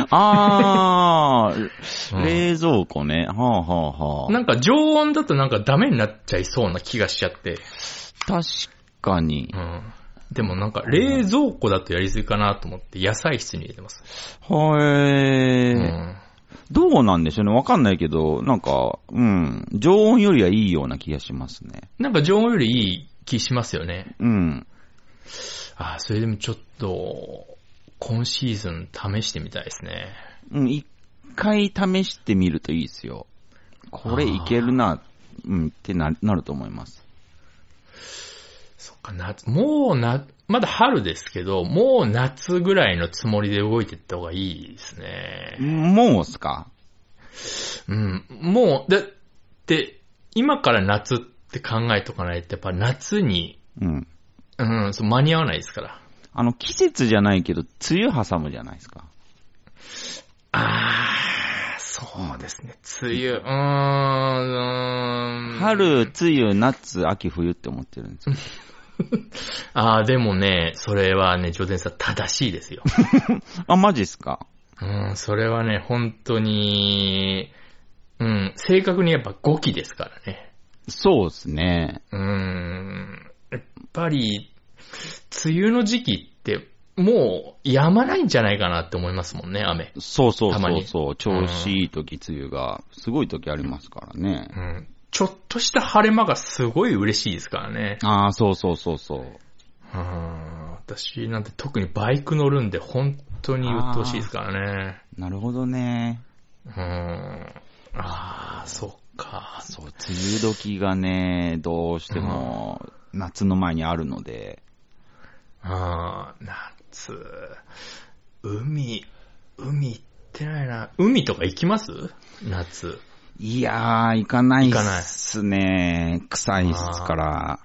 B: あー、
A: うん
B: 冷蔵庫ね。はあはあはあ。
A: なんか常温だとなんかダメになっちゃいそうな気がしちゃって。
B: 確かに。
A: うん。でもなんか冷蔵庫だとやりすぎかなと思って野菜室に入れてます。
B: はえ
A: う
B: ー
A: ん。
B: どうなんでしょうね。わかんないけど、なんか、うん。常温よりはいいような気がしますね。
A: なんか常温よりいい気しますよね。
B: うん。
A: ああ、それでもちょっと、今シーズン試してみたいですね。
B: うん、一回試してみるといいですよ。これいけるな、うん、ってななると思います。
A: そっか、夏、もうな、まだ春ですけど、もう夏ぐらいのつもりで動いていった方がいいですね。
B: もうっすか
A: うん。もう、だって、今から夏って考えとかないと、やっぱ夏に、
B: うん。
A: うん、そう間に合わないですから。
B: あの、季節じゃないけど、梅雨挟むじゃないですか。
A: あー、そうですね。梅雨、うーん。うーん。
B: 春、梅雨、夏、秋、冬って思ってるんで すよ。
A: あー、でもね、それはね、上田さん正しいですよ。
B: あ、マジっすか
A: うん、それはね、本当に、うん、正確にやっぱ5期ですからね。
B: そうっすね。
A: うん、やっぱり、梅雨の時期って、もう、やまないんじゃないかなって思いますもんね、雨。
B: そうそう
A: たま
B: そう
A: に
B: そう。調子いい時、梅雨が、すごい時ありますからね。
A: うん。ちょっとした晴れ間がすごい嬉しいですからね。
B: ああ、そうそうそうそう。
A: うん。私なんて特にバイク乗るんで、本当に鬱陶しいですからね。
B: なるほどね。
A: うん。ああ、そっか。
B: そう、梅雨時がね、どうしても、夏の前にあるので、
A: ああ、夏。海、海行ってないな。海とか行きます夏。
B: いやー、行かない
A: 行かない
B: っすね。臭いっすから。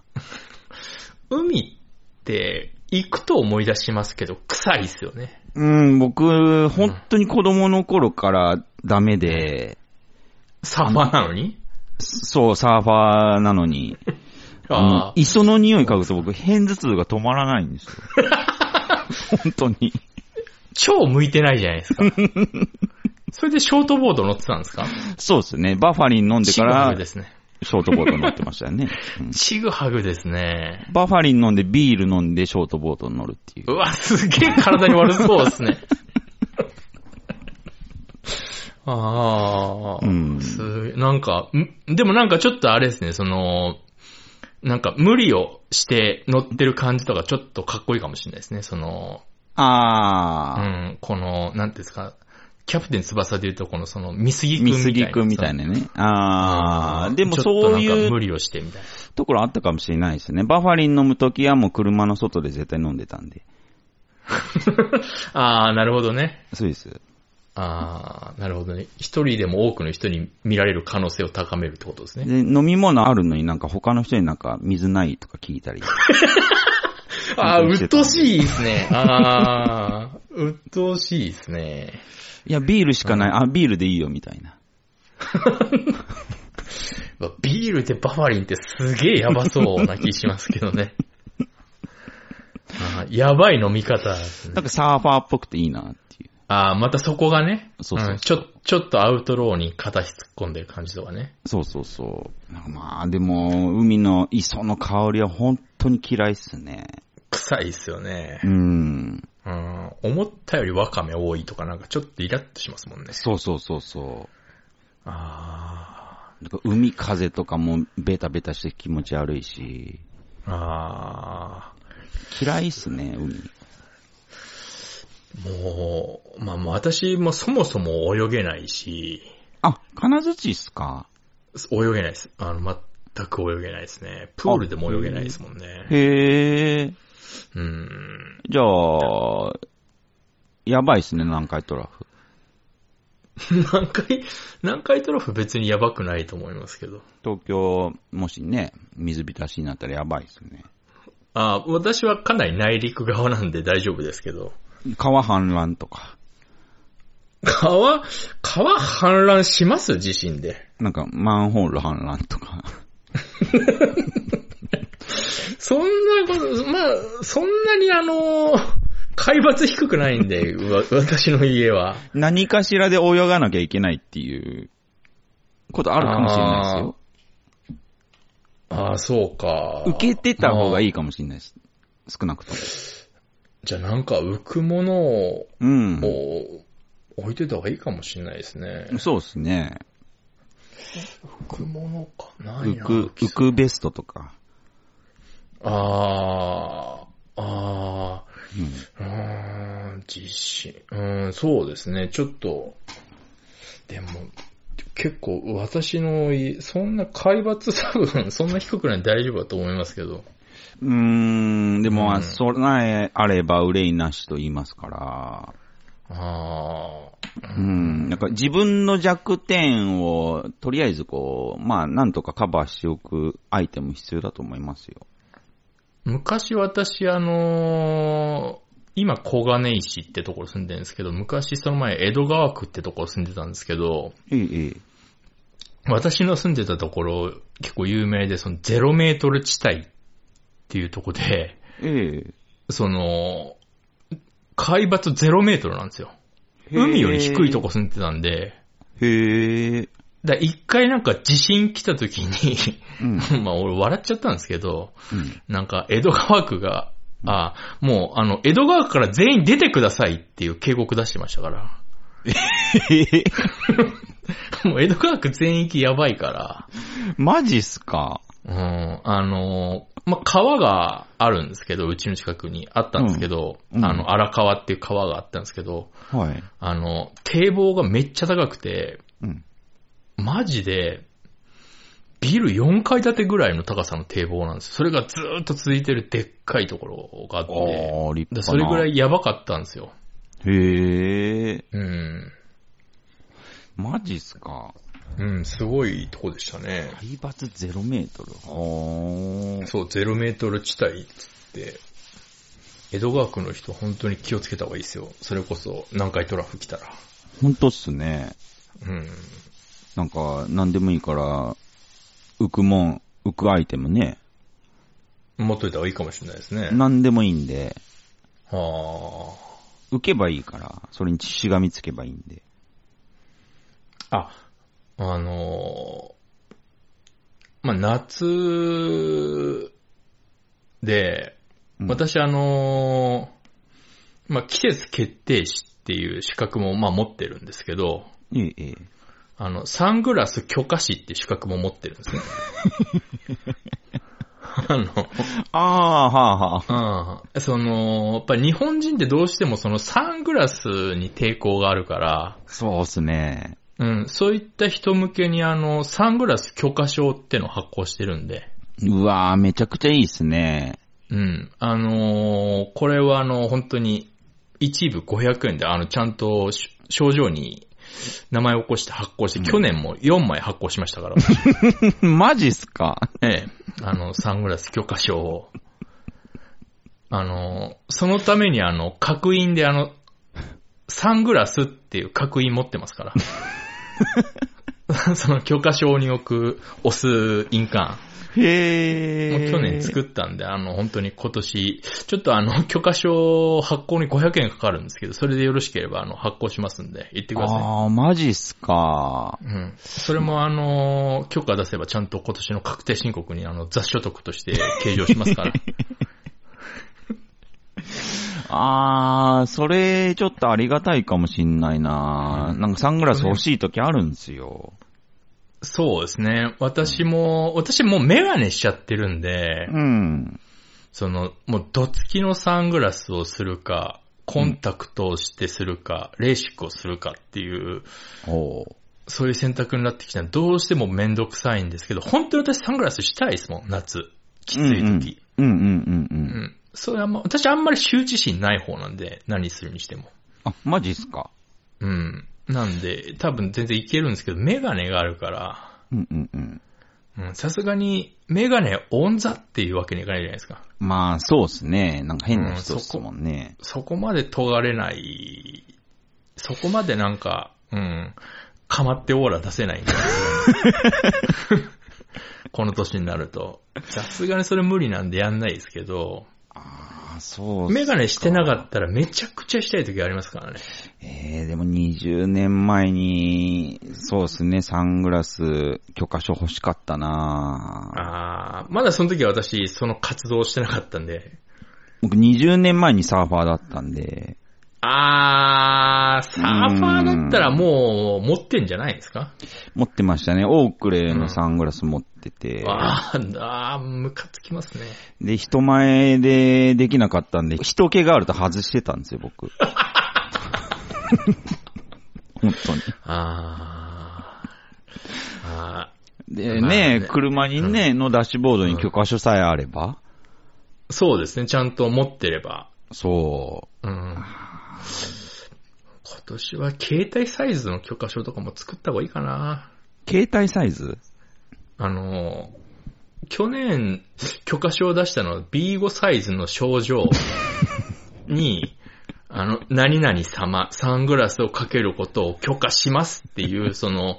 A: 海って、行くと思い出しますけど、臭いっすよね。
B: うん、僕、本当に子供の頃からダメで、
A: サーファーなのに
B: そう、サーファーなのに、あの
A: あ、ー
B: 磯の匂い嗅ぐと僕、片頭痛が止まらないんです よ。本当に。
A: 超向いてないじゃない ですか。それでショートボード乗ってたんですか
B: そうですね。バファリン飲んで
A: チ
B: か
A: グハ
B: ら
A: グで、すね。
B: ショートボート乗ってましたよ ね。うん
A: チグハグですね。
B: バファリン飲んでビール飲んでショートボートに乗るっていう
A: う。わ、すげえ体に悪そうです ね。ああ、
B: うん
A: すなんか、んでもなんかちょっとあれですね、その、なんか無理をして乗ってる感じとかちょっとかっこいいかもしれないですね、その、
B: あ
A: う
B: あ、
A: ん、この、なんていうんですか、キャプテン翼で言うとこの、その、見過ぎくんみ
B: 見
A: たいな。
B: 過ぎくんみたい
A: その。
B: なね。ああ、でも
A: ちょっと
B: そう
A: なん
B: い
A: か
B: う
A: 無理をしてみたいな。
B: ところあったかもしれないですね。バファリン飲むときはもう車の外で絶対飲んでたんで。
A: ああ、なる ほどね。
B: そうです。
A: ああ、なるほどね。一人でも多くの人に見られる可能性を高めるってことですね。
B: で、飲み物あるのになんか他の人になんか水ないとか聞いたり。
A: ああ、
B: 本当に
A: う
B: して
A: ったとうしいですね。ああ、うっとうしいですね。
B: いや、ビールしかない。あ、ビールでいいよみたいな。
A: うわビールでバファリンってすげえやばそうな気しますけど ね。あーやばい飲み方ですね
B: なんかサーファーっぽくていいなっていう。
A: ああ、またそこがね。
B: そうそう
A: うんちょ、ちょっとアウトローに片ひ突っ込んでる感じとかね。
B: そうそうそう。なんかまあ、でも、海の磯の香りは本当に嫌いっすね。
A: 臭いっすよね
B: う。ん。
A: うん。思ったよりワカメ多いとかなんかちょっとイラッとしますもんね。
B: そうそうそうそう。
A: あ
B: なんか海風とかもベタベタして気持ち悪いし、
A: あ。ああ。
B: 嫌いっすね、海。
A: もう、まあもう私もそもそも泳げないし、
B: あ、金槌っすか
A: 泳げないです。あの、全く泳げないですね。プールでも泳げないですもんね。
B: へえ。
A: うん。
B: じゃあ、やばいっすね、南海トラフ。
A: 何回、何回トロフ別にやばくないと思いますけど。
B: 東京、もしね、水浸しになったらやばいっすね。
A: あー私はかなり内陸側なんで大丈夫ですけど。
B: 川氾濫とか。
A: 川、川氾濫します地震で。
B: なんか、マンホール氾濫とか。
A: そんなこと、まあ、そんなにあのー、海抜低くないんで、うわ 私の家は。
B: 何かしらで泳がなきゃいけないっていう、ことあるかもしれないですよ。
A: ああ、そうか。
B: 受けてた方が
A: い。
B: いいかもしれないです。少なくとも。
A: じゃあなんか浮くものを、
B: うん。
A: もう、置いてた方がいいかもしれないですね。
B: そうですね。
A: 浮くものか。ない
B: 浮
A: な。
B: く、浮くベストとか。
A: ああ、ああ、
B: うん
A: うーん、実施。うーん、そうですね。ちょっと、でも、結構、私の家、そんな海抜 多分、そんな低くない大丈夫だと思いますけど。
B: うーん、でも、ま
A: う
B: あ
A: ん
B: 備えあれば憂いなしと言いますから、
A: あ
B: うん、なんか自分の弱点を、とりあえずこう、まあ、なんとかカバーしておくアイテム必要だと思いますよ。
A: ー昔私、あのー今、小金井市ってところ住んでるんですけど、昔その前、江戸川区ってところ住んでたんですけど、
B: ええ、ええ。
A: 私の住んでたところ、結構有名で、その0メートル地帯っていうとこで、
B: え
A: その、海抜0メートルなんですよ。
B: え。
A: 海より低いとこ住んでたんで、
B: へえ。
A: だから一回なんか地震来た時に、
B: うん。
A: まあ俺笑っちゃったんですけど、
B: うん
A: なんか江戸川区が、あもうあの、江戸川区から全員出てくださいっていう警告出してましたから。もう江戸川区全域やばいから、
B: マジっすか
A: うん、あのー、まあ、川があるんですけど、うちの近くにあったんですけど、
B: うんうん
A: あの、荒川っていう川があったんですけど、
B: はい。
A: あの、堤防がめっちゃ高くて、
B: うん。
A: マジで、ビル4階建てぐらいの高さの堤防なんですよ。それがずーっと続いてるでっかいところがあっ
B: あ
A: て、
B: ー、立派
A: だ
B: な。
A: それぐらいやばかったんですよ。
B: へえ。
A: うん。
B: マジっすか
A: うん、すごいとこでしたね。
B: 海抜0メートル。おー。
A: そう、0メートル地帯っつって、江戸川区の人本当に気をつけた方がいいですよ。それこそ南海トラフ来たら。
B: ほんとっすね。
A: うん。
B: なんか、なんでもいいから、浮くもん、浮くアイテムね。
A: 持っといた方がいいかもしれないですね。
B: なんでもいいんで、
A: は
B: 浮けばいいから、それにしがみつけばいいんで。
A: あ。あ、あのーまあ、夏で、
B: うん、
A: 私あのーまあ、季節決定士っていう資格もまあ持ってるんですけど、
B: ええ、ええ。
A: あの、サングラス許可士って資格も持ってるんですね。あの、
B: ああー、はあはあ。
A: うん。その、やっぱり日本人ってどうしてもそのサングラスに抵抗があるから、
B: そうっすね。
A: うん、そういった人向けにあの、サングラス許可証ってのを発行してるんで、
B: うわーめちゃくちゃいいっすね。
A: うん。あのーこれはあの、本当に、一部500円で、あの、ちゃんとし、症状に名前を起こして発行して、去年も4枚発行しましたから、
B: マジっすか
A: ええ、あの、サングラス許可証を。あの、そのためにあの、角印であの、サングラスっていう角印持ってますから。その許可証に置く、押す印鑑。
B: へ
A: もう去年作ったんで、あの、本当に今年、ちょっとあの、 許可証発行に500円かかるんですけど、それでよろしければ、あの、発行しますんで、言ってくださ
B: ああ、マジっすか
A: い。。うん。それもあの、許可出せばちゃんと今年の確定申告にあの、雑所得として計上しますから。
B: ああ、それ、ちょっとありがたいかもしんないな。なんかサングラス欲しい時あるんですよ。
A: そうですね。私も、私もうメガネしちゃってるんで、
B: うん。
A: その、もうドツキのサングラスをするか、コンタクトをしてするか、レーシックをするかっていう、
B: おう
A: そういう選択になってきたらどうしてもめんどくさいんですけど、本当に私サングラスしたいですもん、夏。きつい時。
B: うんうんうんう
A: うん
B: ん。
A: それはま、私あんまり羞恥心ない方なんで、何するにしても。
B: あ、マジっすか。
A: うん。なんで、多分全然いけるんですけど、メガネがあるから、
B: うんうんうん。
A: うんさすがに、メガネオンザっていうわけにいかないじゃないですか。
B: まあ、そうっすね。なんか変な人
A: うんそ
B: っす
A: こ
B: もんね。
A: そこまで尖れない、そこまでなんか、うん、かまってオーラ出せないんだ この年になると。さすがにそれ無理なんでやんないですけど、
B: ああ、そうっす
A: メガネしてなかったらめちゃくちゃしたい時ありますからね。
B: えー、でも20年前に、そうですね、サングラス許可書欲しかったなぁ
A: あーまだその時は私、その活動をしてなかったんで、
B: 僕20年前にサーファーだったんで、
A: あー、サーファーだったらもう持ってんじゃないですか
B: 持ってましたね。オークレーのサングラス持ってて、
A: あー、あームカつきますね。
B: で、人前でできなかったんで、人気があると外してたんです よ、僕。本当に。
A: あーあ
B: で、
A: まあ
B: ね
A: ね、
B: 車にね、のダッシュボードに許可書さえあれば、
A: ー。そうですね、ちゃんと持ってれば。
B: そう、
A: うん。今年は携帯サイズの許可証とかも作った方がいいかな。
B: 携帯サイズ
A: あのー、去年許可証を出したのは B5 サイズの症状に、あの、何々様、サングラスをかけることを許可しますっていう、その、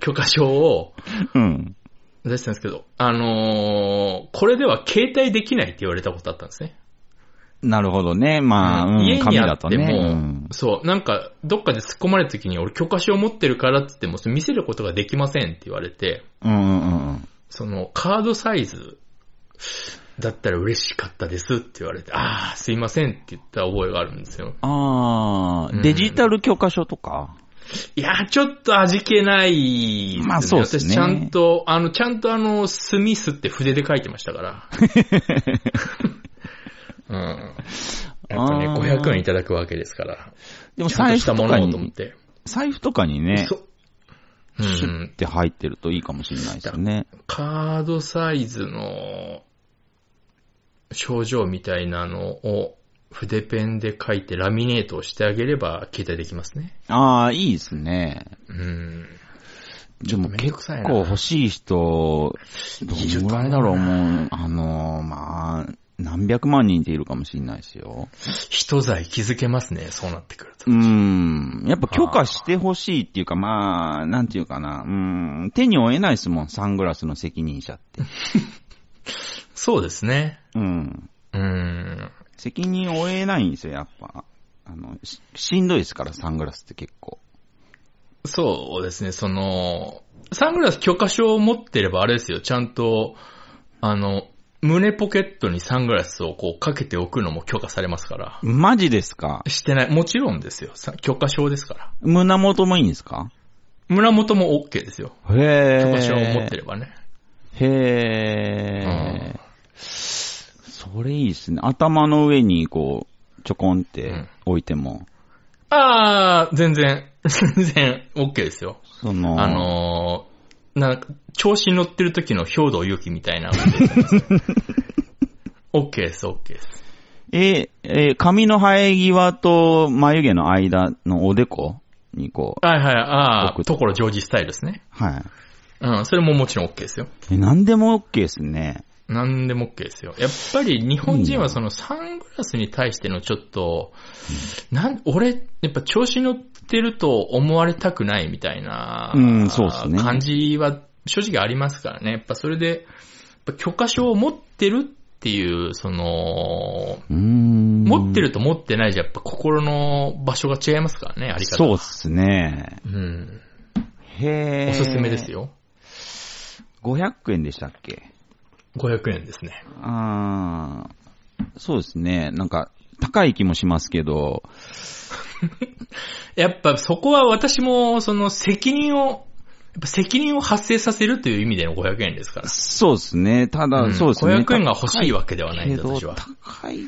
A: 許可証を
B: うん。
A: 出したんですけど、あのーこれでは携帯できないって言われたことあったんですね。
B: なるほどね。まあ、うん、
A: 家
B: 紙
A: にあ
B: だ
A: っ
B: と
A: て
B: ね。
A: も、
B: うん
A: そう、なんか、どっかで突っ込まれた時に、俺許可証持ってるからって言っても、それ見せることができませんって言われて、
B: うんうんうん
A: その、カードサイズだったら嬉しかったですって言われて、あー、すいませんって言った覚えがあるんですよ。
B: ああ、デジタル教科書とか、
A: いやー、ちょっと味気ないですね。
B: まあそうっすね
A: 私ちゃんと、あの、ちゃんとあの、スミスって筆で書いてました から。うん。やっぱね、
B: あー
A: 500円いただくわけですから。
B: でも
A: ちゃんと
B: 財布
A: した
B: と
A: も
B: か
A: のをと思っ
B: に、
A: て。
B: 財布とかにね、
A: そう。う
B: シュッ
A: ん。
B: て入ってるといいかもしれないですよね。
A: カードサイズの症状みたいなのを筆ペンで書いてラミネートをしてあげれば携帯できますね。
B: ああ、いいですね。
A: うん。
B: でも
A: めんど
B: 結
A: くさいな
B: 構欲しい人、
A: い
B: ど
A: ると
B: のぐ
A: 思
B: ら
A: うない
B: だろう、もう、あのー、まあ、何百万人っているかもしれないですよ。
A: 人材気づけますね、そうなってくると
B: う。ん。やっぱ許可してほしいっていうか、まあ、なんていうかな。うん。手に負えないですもん、サングラスの責任者って。
A: そうですね。
B: うん。
A: うん。
B: 責任を負えないんですよ、やっぱ。あの、ししんどいですから、サングラスって結構。
A: そうですね、その、サングラス許可証を持ってればあれですよ、ちゃんと、あの、胸ポケットにサングラスをこうかけておくのも許可されますから。
B: マジですか
A: してない。もちろんですよ。さ許可証ですから。
B: 胸元もいいんですか
A: 胸元も OK ですよ。
B: へ
A: 許
B: ー。
A: 可証を持ってればね。
B: へー。それいいっすね。頭の上にこう、ちょこんって置いても、
A: ああ、全然、 全然、OK ですよ。
B: その、
A: あのー、なんか、調子に乗ってる時の兵道勇気みたいなこと言ってますね。OK です、OK です。
B: え、え、髪の生え際と眉毛の間のおでこにこう、
A: はいはい、あ
B: 僕
A: あ、ところジョージスタイルですね。
B: はい。
A: うん、それももちろん OK ですよ。
B: え、なんでも OK ですね。
A: なんでも OK ですよ。やっぱり日本人はそのサングラスに対してのちょっと、なん、俺、やっぱ調子に乗ってると思われたくないみたいな、
B: うんそうっすね
A: 感じは正直ありますからね。やっぱそれで、やっぱ許可証を持ってるっていう、その、
B: うーん。
A: 持ってると持ってないじゃ、やっぱ心の場所が違いますからね、あり方。
B: そうっすね。
A: うん。
B: へえ。
A: おすすめです。よ。
B: 500円でしたっけ
A: 500円ですね。
B: あー、そうですね。なんか、高い気もしますけど、
A: やっぱそこは私も、その責任を、やっぱ責任を発生させるという意味での500円ですから。
B: そうですね。ただ、
A: うん
B: そうですね。
A: 500円が欲しいわけではないんだ
B: けど
A: 私は
B: 高い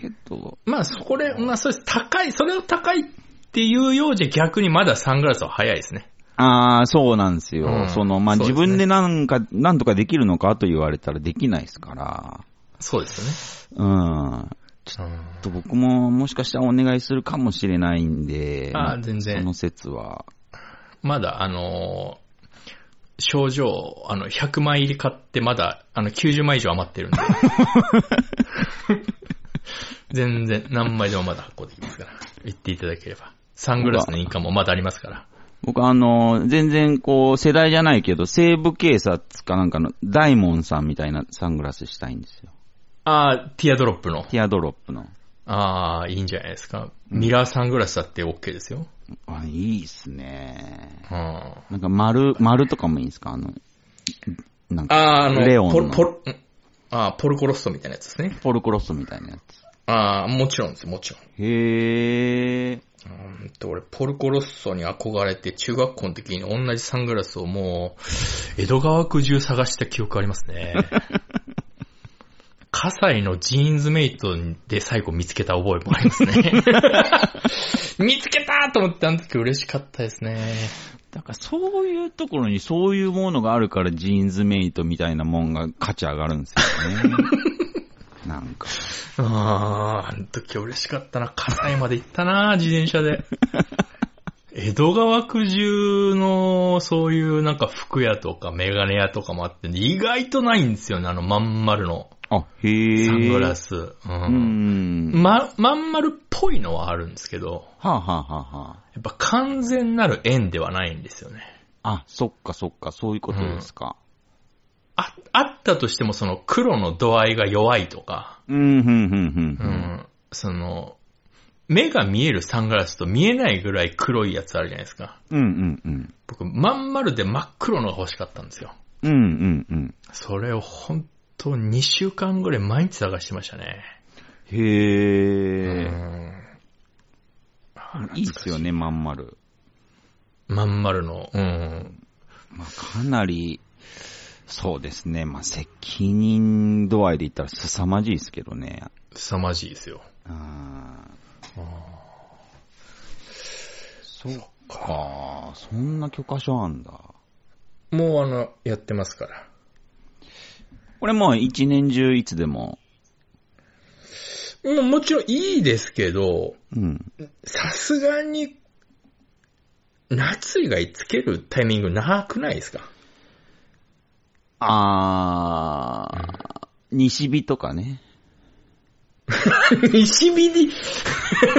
B: けど、
A: まあそこで、まあそうです。高い、それを高いっていうようじゃ逆にまだサングラスは早いですね。
B: ああ、そうなんですよ。
A: うん
B: その、まあ、
A: そうで
B: 自
A: すね
B: 分でなんか、なんとかできるのかと言われたらできないですから。
A: そうです
B: うん。ちょ
A: よね。うん
B: っと僕ももしかしたらお願いするかもしれないんで。
A: あー全然
B: その説は。
A: まだ、あのー症状、あの、100枚入り買ってまだ、あの、90枚以上余ってる んで。全然、何枚でもまだ発行できますから。言っていただければ。サングラスの印鑑もまだありますから。
B: 僕あの、全然こう、世代じゃないけど、西部警察かなんかのダイモンさんみたいなサングラスしたいんですよ。
A: あー、ティアドロップの。
B: ティアドロップの。
A: あー、いいんじゃないですか。ミラーサングラスだって OK ですよ。
B: あ、いいっすね。
A: うん。
B: なんか丸、丸とかもいいんですかあの、なんか、
A: あー、あの、
B: レオンの
A: ポル、ポル、んあーポルコロッソみたいなやつですね。
B: ポルコロッソみたいなやつ。
A: あー、もちろんです、もちろん。
B: へー。
A: うーんと、俺、ポルコロッソに憧れて、中学校の時に同じサングラスをもう、江戸川区中探した記憶ありますね。葛西のジーンズメイトで最後見つけた覚えもありますね。見つけたと思ってあの時嬉しかったですね。
B: だからそういうところにそういうものがあるからジーンズメイトみたいなもんが価値上がるんですよ ね。なんか。
A: あー、あの時嬉しかったな。葛西まで行った な、自転車で。江戸川区中の、そういうなんか服屋とかメガネ屋とかもあって、意外とないんですよね、あのまん丸の
B: あ、へー。
A: サングラ
B: ス。
A: ス。う。
B: うんん。
A: ま、まん丸っぽいのはあるんですけど、
B: はあ、はあはあは
A: やっぱ完全なる円ではないんですよね。
B: あ、あ、そっかそっか、そういうことですか。
A: あ、あったとしてもその黒の度合いが弱いとか、
B: うん、うん、うん、う。
A: うんんその、目が見えるサングラスと見えないぐらい黒いやつあるじゃないですか。
B: うん、うん、うん。
A: 僕、まん丸で真っ黒のが欲しかったんですよ。
B: うん、うん、うん。
A: それを本当2週間ぐらい毎日探してましたね。
B: へー。
A: うん
B: いいっすよね、まんまる。
A: まん丸の、うん。
B: まあ、かなり、そうですね。まあ、責任度合いで言ったら凄まじいですけどね。
A: 凄まじいですよ。
B: あーそっか。そんな許可書あんだ。
A: もうあの、やってますから。
B: これもう一年中いつでも。
A: もうもちろんいいですけど、
B: うん。
A: さすがに、夏以外つけるタイミング長くないですか
B: あー、西日とかね。
A: 西日に、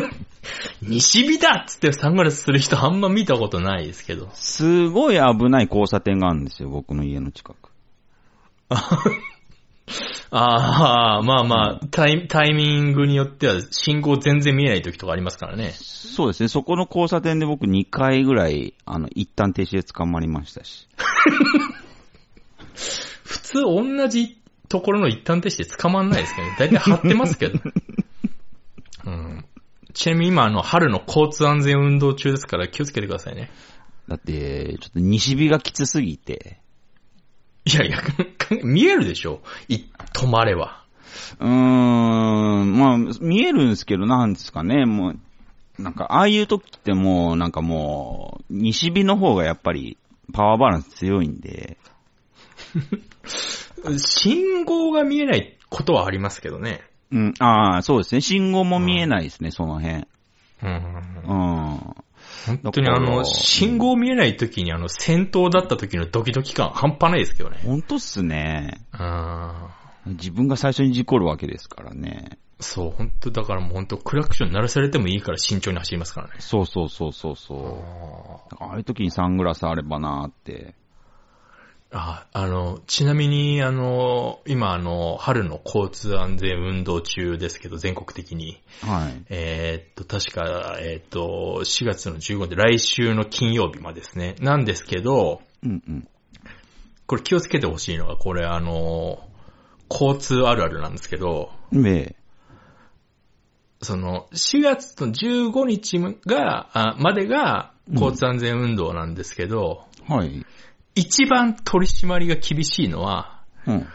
A: 西日だっつってサングラスする人あんま見たことないですけど。
B: すごい危ない交差点があるんですよ、僕の家の近く。
A: ああ、まあまあ、タイタイミングによっては信号全然見えない時とかありますからね。
B: そうですね、そこの交差点で僕2回ぐらい、あの、一旦停止で捕まりましたし。
A: 普通同じところの一旦停止で捕まんないですけどね。大体張ってます けど。うん、ちなみに今あの春の交通安全運動中ですから気をつけてくださいね。
B: だって、ちょっと西日がきつすぎて。
A: いやいや、見えるでしょ。い止まれば。
B: うーん、まあ、見えるんですけど、なんですかね、もう、なんか、ああいう時ってもう、なんかもう、西日の方がやっぱり、パワーバランス強いんで、
A: 信号が見えないことはありますけどね。
B: うん、ああ、そうですね、信号も見えないですね、その辺。
A: うん
B: う。ん。
A: 本当にあ
B: だか
A: の、
B: ら
A: 信号見えない時にあの、戦闘だった時のドキドキ感半端ないですけどね。
B: ほんとっすね。
A: うん。
B: 自分が最初に事故るわけですからね。
A: そう、本当だからもう本当クラクション鳴らされてもいいから慎重に走りますからね。
B: そうそうそうそうそう。だからああいう時にサングラスあればなーって。
A: あ、あの、ちなみに、あの、今、あの、春の交通安全運動中ですけど、全国的に。
B: はい。
A: えーっと、確か、えーっと、4月の15で来週の金曜日までですね。なんですけど、
B: うんうん。
A: これ気をつけてほしいのが、これ、あの、交通あるあるなんですけど、
B: で、
A: その、4月の15日が、あまでが、交通安全運動なんですけど、
B: はい。
A: 一番取り締まりが厳しいのは、
B: うん。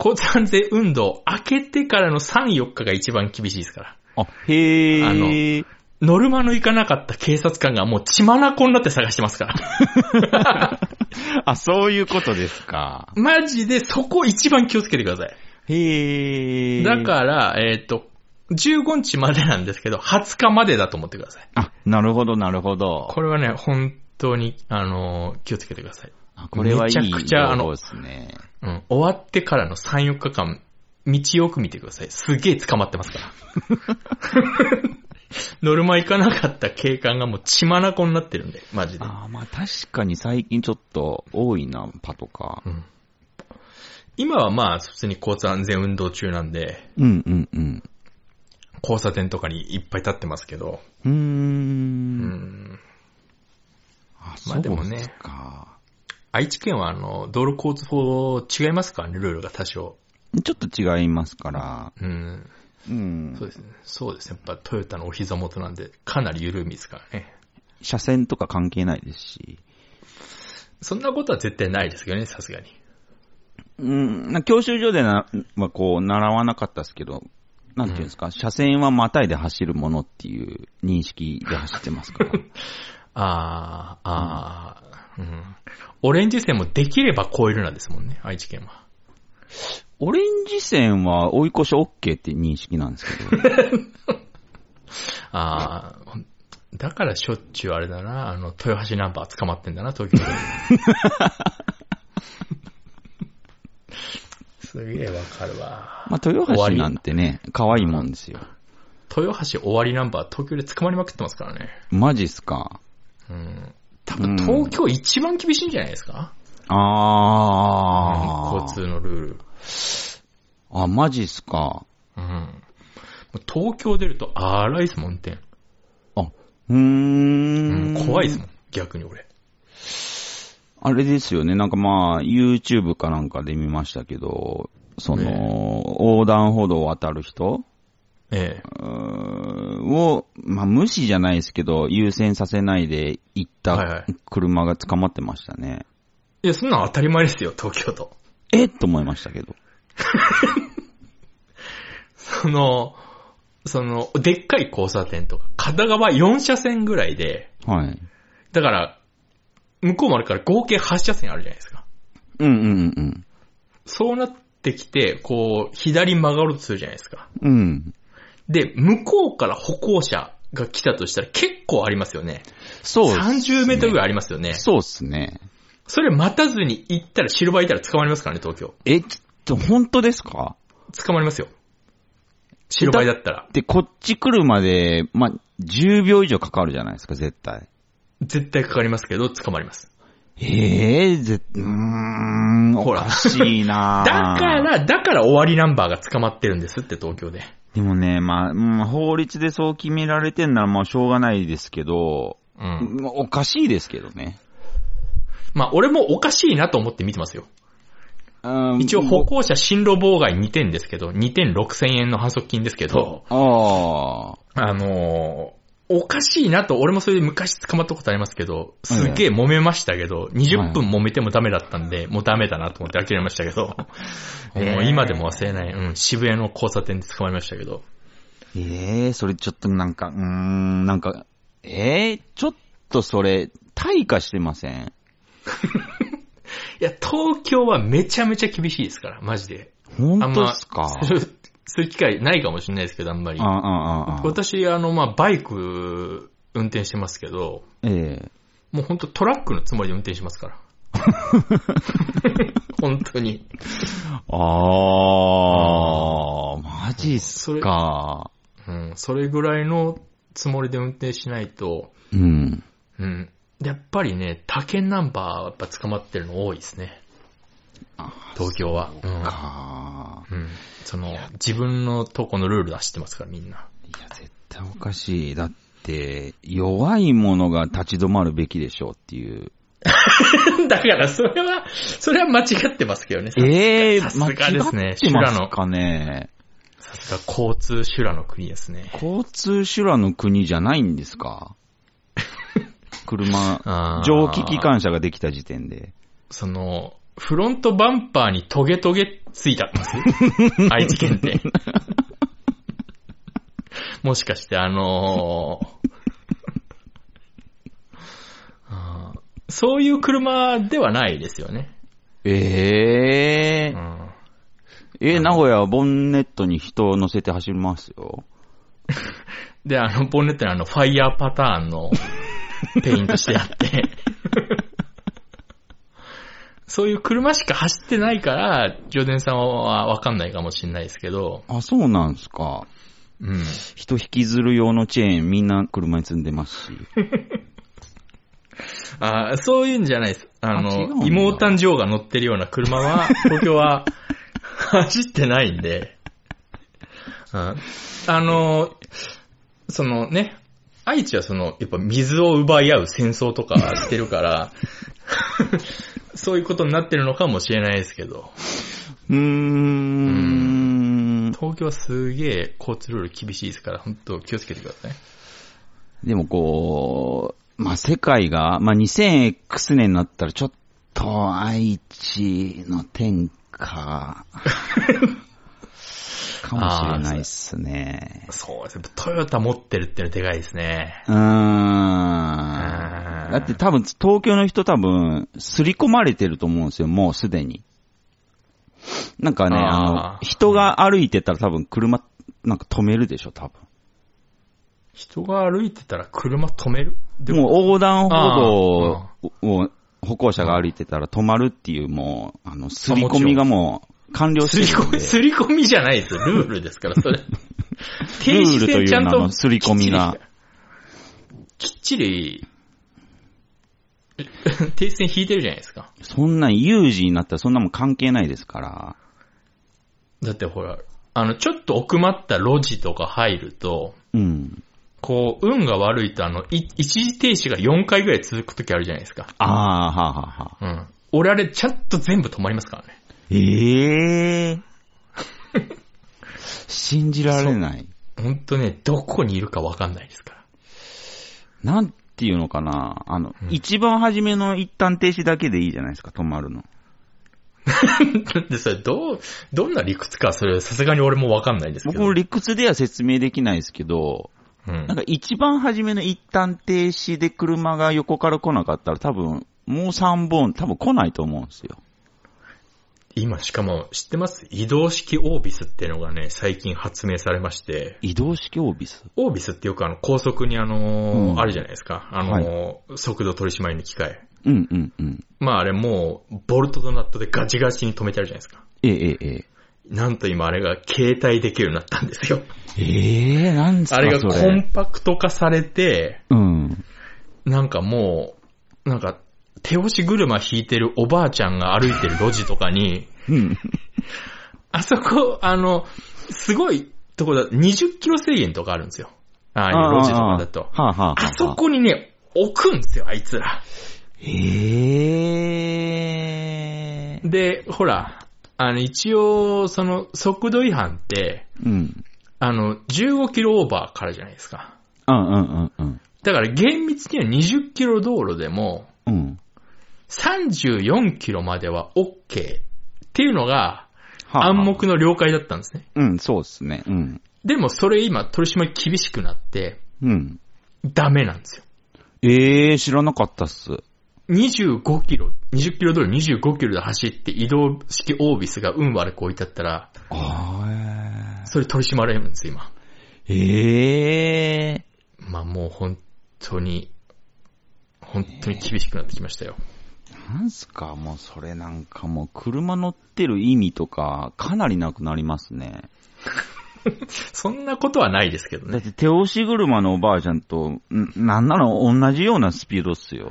A: 交通安全運動、開けてからの3、4日が一番厳しいですから。
B: あ、へえ。
A: あのノルマの行かなかった警察官がもう血まなこになって探してます から。
B: あ、そういうことですか。
A: マジでそこ一番気をつけてください。
B: へえ。
A: だから、えっ、と、15日までなんですけど、20日までだと思ってください。
B: あ、なるほど、なるほど。
A: これはね、本当に、あのー気をつけてください。
B: あこれはいい
A: めちゃくちゃあの
B: 情報ですね。
A: うん。終わってからの3、4日間、道をよく見てください。すげえ捕まってますから。 ノルマ行かなかった警官がもう血まなこになってるんで、マジで。
B: あーまあ確かに最近ちょっと多いな、パとか。
A: うん今はまあ、普通に交通安全運動中なんで、
B: うんうんうん。
A: 交差点とかにいっぱい立ってますけど、
B: うー。
A: うんん、
B: あ、
A: ま
B: そ
A: あ
B: う
A: でもね
B: ですか。
A: 愛知県はあの、道路交通法違いますからね、ルールが多少。
B: ちょっと違いますから。
A: うん、
B: うん
A: そう。ですね。そうですね。やっぱトヨタのお膝元なんで、かなり緩みですからね。
B: 車線とか関係ないですし。
A: そんなことは絶対ないですけどね、さすがに。
B: うん、な教習所でな、まあ、こう、習わなかったですけど、なんていうんですか、車線はまたいで走るものっていう認識で走ってますから。
A: あー、あー、うん。オレンジ線もできれば超えるなんですもんね、愛知県は。
B: オレンジ線は追い越し OK って認識なんですけ ど。
A: ああ、だからしょっちゅうあれだな、あの、豊橋ナンバー捕まってんだな、東京で。すげえわかるわ。
B: まあ、豊橋なんてね、可愛いもんですよ。
A: 豊橋終わりナンバー東京で捕まりまくってますからね。
B: マジっすか。
A: うん。多分東京一番厳しいんじゃないですか、
B: あー。
A: 交通のルール。
B: あ、マジっすか。
A: うん。もう東京出ると荒いですもん、運転。
B: あ、うー
A: うん
B: ん。
A: 怖いですもん、逆に俺。
B: あれですよね、なんかまあ、YouTube かなんかで見ましたけど、その、
A: ね
B: 横断歩道を渡る人
A: ええ。
B: うーんを、まあ、無視じゃないですけど、優先させないで行っ
A: はいは
B: た
A: い
B: 車が捕まってましたね。
A: いや、そんなん当たり前ですよ、東京都。
B: えっと思いましたけど。
A: その、その、でっかい交差点とか、片側4車線ぐらいで、
B: はい。
A: だから、向こうもあるから合計8車線あるじゃないですか。
B: うんうんうん
A: そうなってきて、こう、左曲がろうとするじゃないですか。
B: うん。うん。
A: で、向こうから歩行者が来たとしたら結構ありますよね。
B: そうっす
A: 30メートルぐらいありますよね。
B: そうっすね。
A: それ待たずに行ったら、白バイいたら捕まりますからね、東京。
B: え、ちょっと、本当ですか
A: 捕まりますよ。白バイだったら。
B: で、こっち来るまで、まあ、10秒以上かかるじゃないですか、絶対。
A: 絶対かかりますけど、捕まります。
B: ええー、ぜ、うーん、お
A: ほら
B: かしい
A: だ
B: なぁ
A: から、だから終わりナンバーが捕まってるんですって、東京で。
B: でもね、まあ、うん法律でそう決められてんなら、まあ、しょうがないですけど、
A: うん。
B: まあおかしいですけどね。
A: まあ、俺もおかしいなと思って見てますよ。
B: うん
A: 一応、歩行者進路妨害2点ですけど、2点6000円の反則金ですけど、
B: ああ。
A: あのーおかしいなと、俺もそれで昔捕まったことありますけど、すっげえ揉めましたけど、20分揉めてもダメだったんで、もうダメだなと思って諦めましたけど、
B: へ え
A: もう今でも忘れない、うん、渋谷の交差点で捕まりましたけど、
B: ええそれちょっとなんか、うーん、なんか、ええちょっとそれ、退化してません
A: いや、東京はめちゃめちゃ厳しいですから、マジで。
B: 本
A: あん
B: 当
A: ま、
B: っすか
A: する、 する機会ないかもしれないですけど、あんまり
B: あ。あ、ああ、ああ。
A: 私、あの、まあ、バイク、運転してますけど、
B: ええ
A: もうほんとトラックのつもりで運転します から。本当に。
B: ああ、マジっ
A: そ
B: す
A: れ
B: か。
A: うん、それぐらいのつもりで運転しないと、
B: うん。
A: うん。でやっぱりね、他県ナンバーはやっぱ捕まってるの多いですね。
B: あ
A: 東京は。うん
B: か。
A: うん。その、自分のとこのルール出してますから、みんな。
B: いや、絶対おかしい。だって、弱いものが立ち止まるべきでしょうっていう。
A: だから、それは、それは間違ってますけどね。
B: ええ
A: さすがですね
B: 間違ってますかね。
A: さすが交通修羅の国ですね。
B: 交通修羅の国じゃないんですか 車、
A: あー
B: 蒸気機関車ができた時点で。
A: その、フロントバンパーにトゲトゲついたんですよ愛知県って。もしかして、あのーあーそういう車ではないですよね。
B: ええ
A: うん、
B: えー名古屋はボンネットに人を乗せて走りますよ。
A: で、あの、ボンネットにあの、ファイヤーパターンのペイントしてあ って、そういう車しか走ってないから、ジョデンさんはわかんないかもしれないですけど、
B: あ、そうなんすか。
A: うん。
B: 人引きずる用のチェーンみんな車に積んでますし。
A: あーそういうんじゃないです。あ
B: あ違うん
A: の、
B: だ
A: 妹誕生が乗ってるような車 は、東京は走ってないんで、うんあの、そのね、愛知はその、やっぱ水を奪い合う戦争とかしてる から、そういうことになってるのかもしれないですけど、
B: うーん。
A: 東京はすげえ交通ルール厳しいですから、本当気をつけてください。
B: でもこう、まあ、世界が、まあ、2000X 年になったらちょっと愛知の天下、かもしれないっすね。
A: そうですね。トヨタ持ってるってのはでかいですね。
B: うーん。だって多分、東京の人多分、すり込まれてると思うんですよ、もうすでに。なんかね、
A: あー
B: あの、人が歩いてたら多分車、なんか止めるでしょ、多分。
A: 人が歩いてたら車止めるで
B: もう横断歩
A: あ
B: 道を、歩行者が歩いてたら止まるっていうもう、あの、すり込みがもう完了し
A: す
B: て
A: り
B: る
A: 込
B: んで。
A: み、すり込みじゃないですよ。ルールですから、 それ。停
B: ル
A: 止
B: ールと
A: 線
B: い
A: ちゃ
B: うん名
A: と
B: のすり込みが。
A: きっちり、きっち り、停止線引いてるじゃないですか。
B: そんなん有事になったらそんなもん関係ないですから。
A: だってほら、あの、ちょっと奥まった路地とか入ると、
B: うん。
A: こう、運が悪いと、あの、い一時停止が4回ぐらい続くときあるじゃないですか。
B: ああ、はあはあ
A: う
B: はあ。
A: ん。俺あれ、ちゃんと全部止まりますからね。
B: ええ信じられない。
A: ほんとね、どこにいるかわかんないですから。
B: なんていうのかな。あの、
A: うん
B: 一番初めの一旦停止だけでいいじゃないですか、止まるの。
A: で、それ、どう、どんな理屈か、それ、さすがに俺もわかんないですけ
B: 僕
A: ど。
B: も理屈では説明できないですけど、
A: うん
B: なんか一番初めの一旦停止で車が横から来なかったら多分、もう3本、多分来ないと思うんですよ。
A: 今、しかも、知ってます移動式オービスっていうのがね、最近発明されまして、
B: 移動式オービス
A: オービスってよくあの、高速にあのー
B: うん
A: あるじゃないですか。あのー速度取り締まりの機械。
B: うんうんうん。
A: まああれもう、ボルトとナットでガチガチに止めてあるじゃないですか。
B: えええ
A: なんと今あれが携帯できるようになったんです よ。
B: え。ええなんですか
A: あれが
B: そ
A: コンパクト化されて、
B: うん。
A: なんかもう、なんか、手押し車引いてるおばあちゃんが歩いてる路地とかに、
B: うん。
A: あそこ、あの、すごいとこだ、20キロ制限とかあるんですよ。ああいう路地とかだと。
B: ああはあはあはあ、
A: あそこにね、置くんですよ、あいつら。
B: ええ
A: で、ほら、あの、一応、その、速度違反って、
B: うん。
A: あの、15キロオーバーからじゃないですか。
B: あうんうんうんうん。
A: だから厳密には20キロ道路でも、
B: うん。
A: 34キロまでは OK っていうのが
B: はあ
A: 暗。黙の了解だったんですね。
B: うん、そうですね。うん。
A: でもそれ今取り締まり厳しくなって
B: うん。
A: ダメなんですよ。
B: ええー、知らなかったっす。
A: 25キロ、20キロ通り25キロで走って移動式オービスが運悪く置いてあったら、
B: あ
A: それ取り締まれるんですよ、今。
B: えええ
A: まあもう本当に、本当に厳しくなってきましたよ。
B: ー。なんすか、もうそれなんかもう車乗ってる意味とか、かなりなくなりますね。
A: そんなことはないですけど
B: だ
A: ね。
B: って手押し車のおばあちゃんと、んなんなの同じようなスピードっす よ。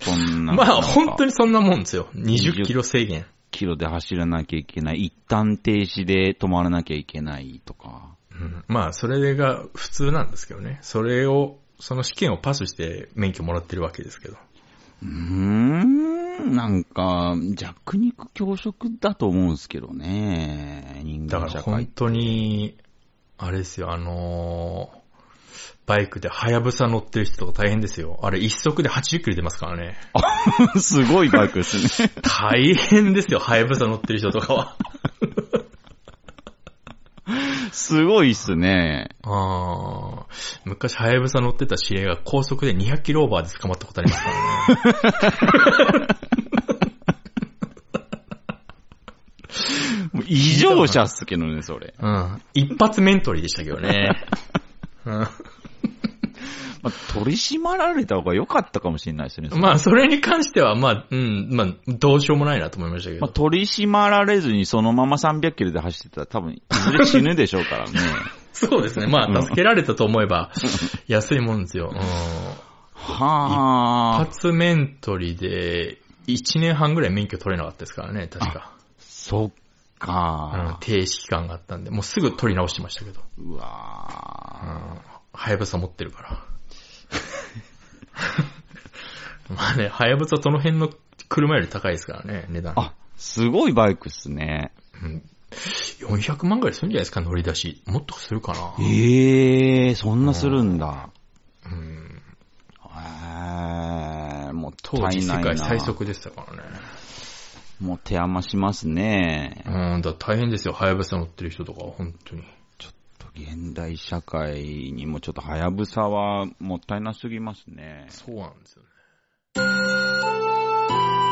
B: そんな。
A: まあ本当
B: に。
A: にそんなもんですよ。20キロ制限。
B: キロで走らなきゃいけない。一旦停止で止まらなきゃいけないとか。
A: うんまあ、それが普通なんですけどね。それを、その試験をパスして免許もらってるわけですけど。
B: うーん、なんか、弱肉強食だと思うんすけどね。人
A: だか
B: 間
A: ら
B: 社
A: 本
B: 会。
A: 当に、あれですよ、あのーバイクでハヤブサ乗ってる人とか大変ですよ。あれ一足で80キロ出ますからね。
B: すごいバイクですね。
A: 大変ですよ、ハヤブサ乗ってる人とかは。
B: すごいっすね。
A: あー昔ハヤブサ乗ってた知り合いが高速で200キロオーバーで捕まったことありますからね。
B: もう異常者っすけどね、それ。
A: うん。一発メントリーでしたけどね。うん
B: まあ、取り締まられた方が良かったかもしれないですね。それ
A: まあ、それに関しては、まあ、うん、まあ、どうしようもないなと思いましたけ
B: まあ、
A: ど。
B: 取り締まられずにそのまま300キロで走ってたら多分、いずれ死ぬでしょうからね。
A: そうですね。ま
B: うん
A: あ、助けられたと思えば、安いもんですよ。うん。
B: はあ。
A: 初メントリーで、1年半ぐらい免許取れなかったですからね、確か。
B: そっ
A: うん
B: か。
A: 停止期間があったんで、もうすぐ取り直してましたけど。
B: う
A: う
B: わ
A: ん。ハヤブサ持ってるから。 まあね、ハヤブサその辺の車より高いですからね、値段。
B: あ、すごいバイクっすね。
A: うん。400万ぐらいするんじゃないですか、乗り出し。もっとするかな。
B: ええそんなするんだ。
A: うん。
B: へえ、もった
A: 当
B: いない
A: 時
B: な。
A: 世界最速でしたからね。
B: もう手余しますね。
A: うん、だから大変ですよ。ハヤブサ乗ってる人とかは、本当に。
B: 現代社会にもちょっとハヤブサはもったいなすぎますね。
A: そうなんですよね。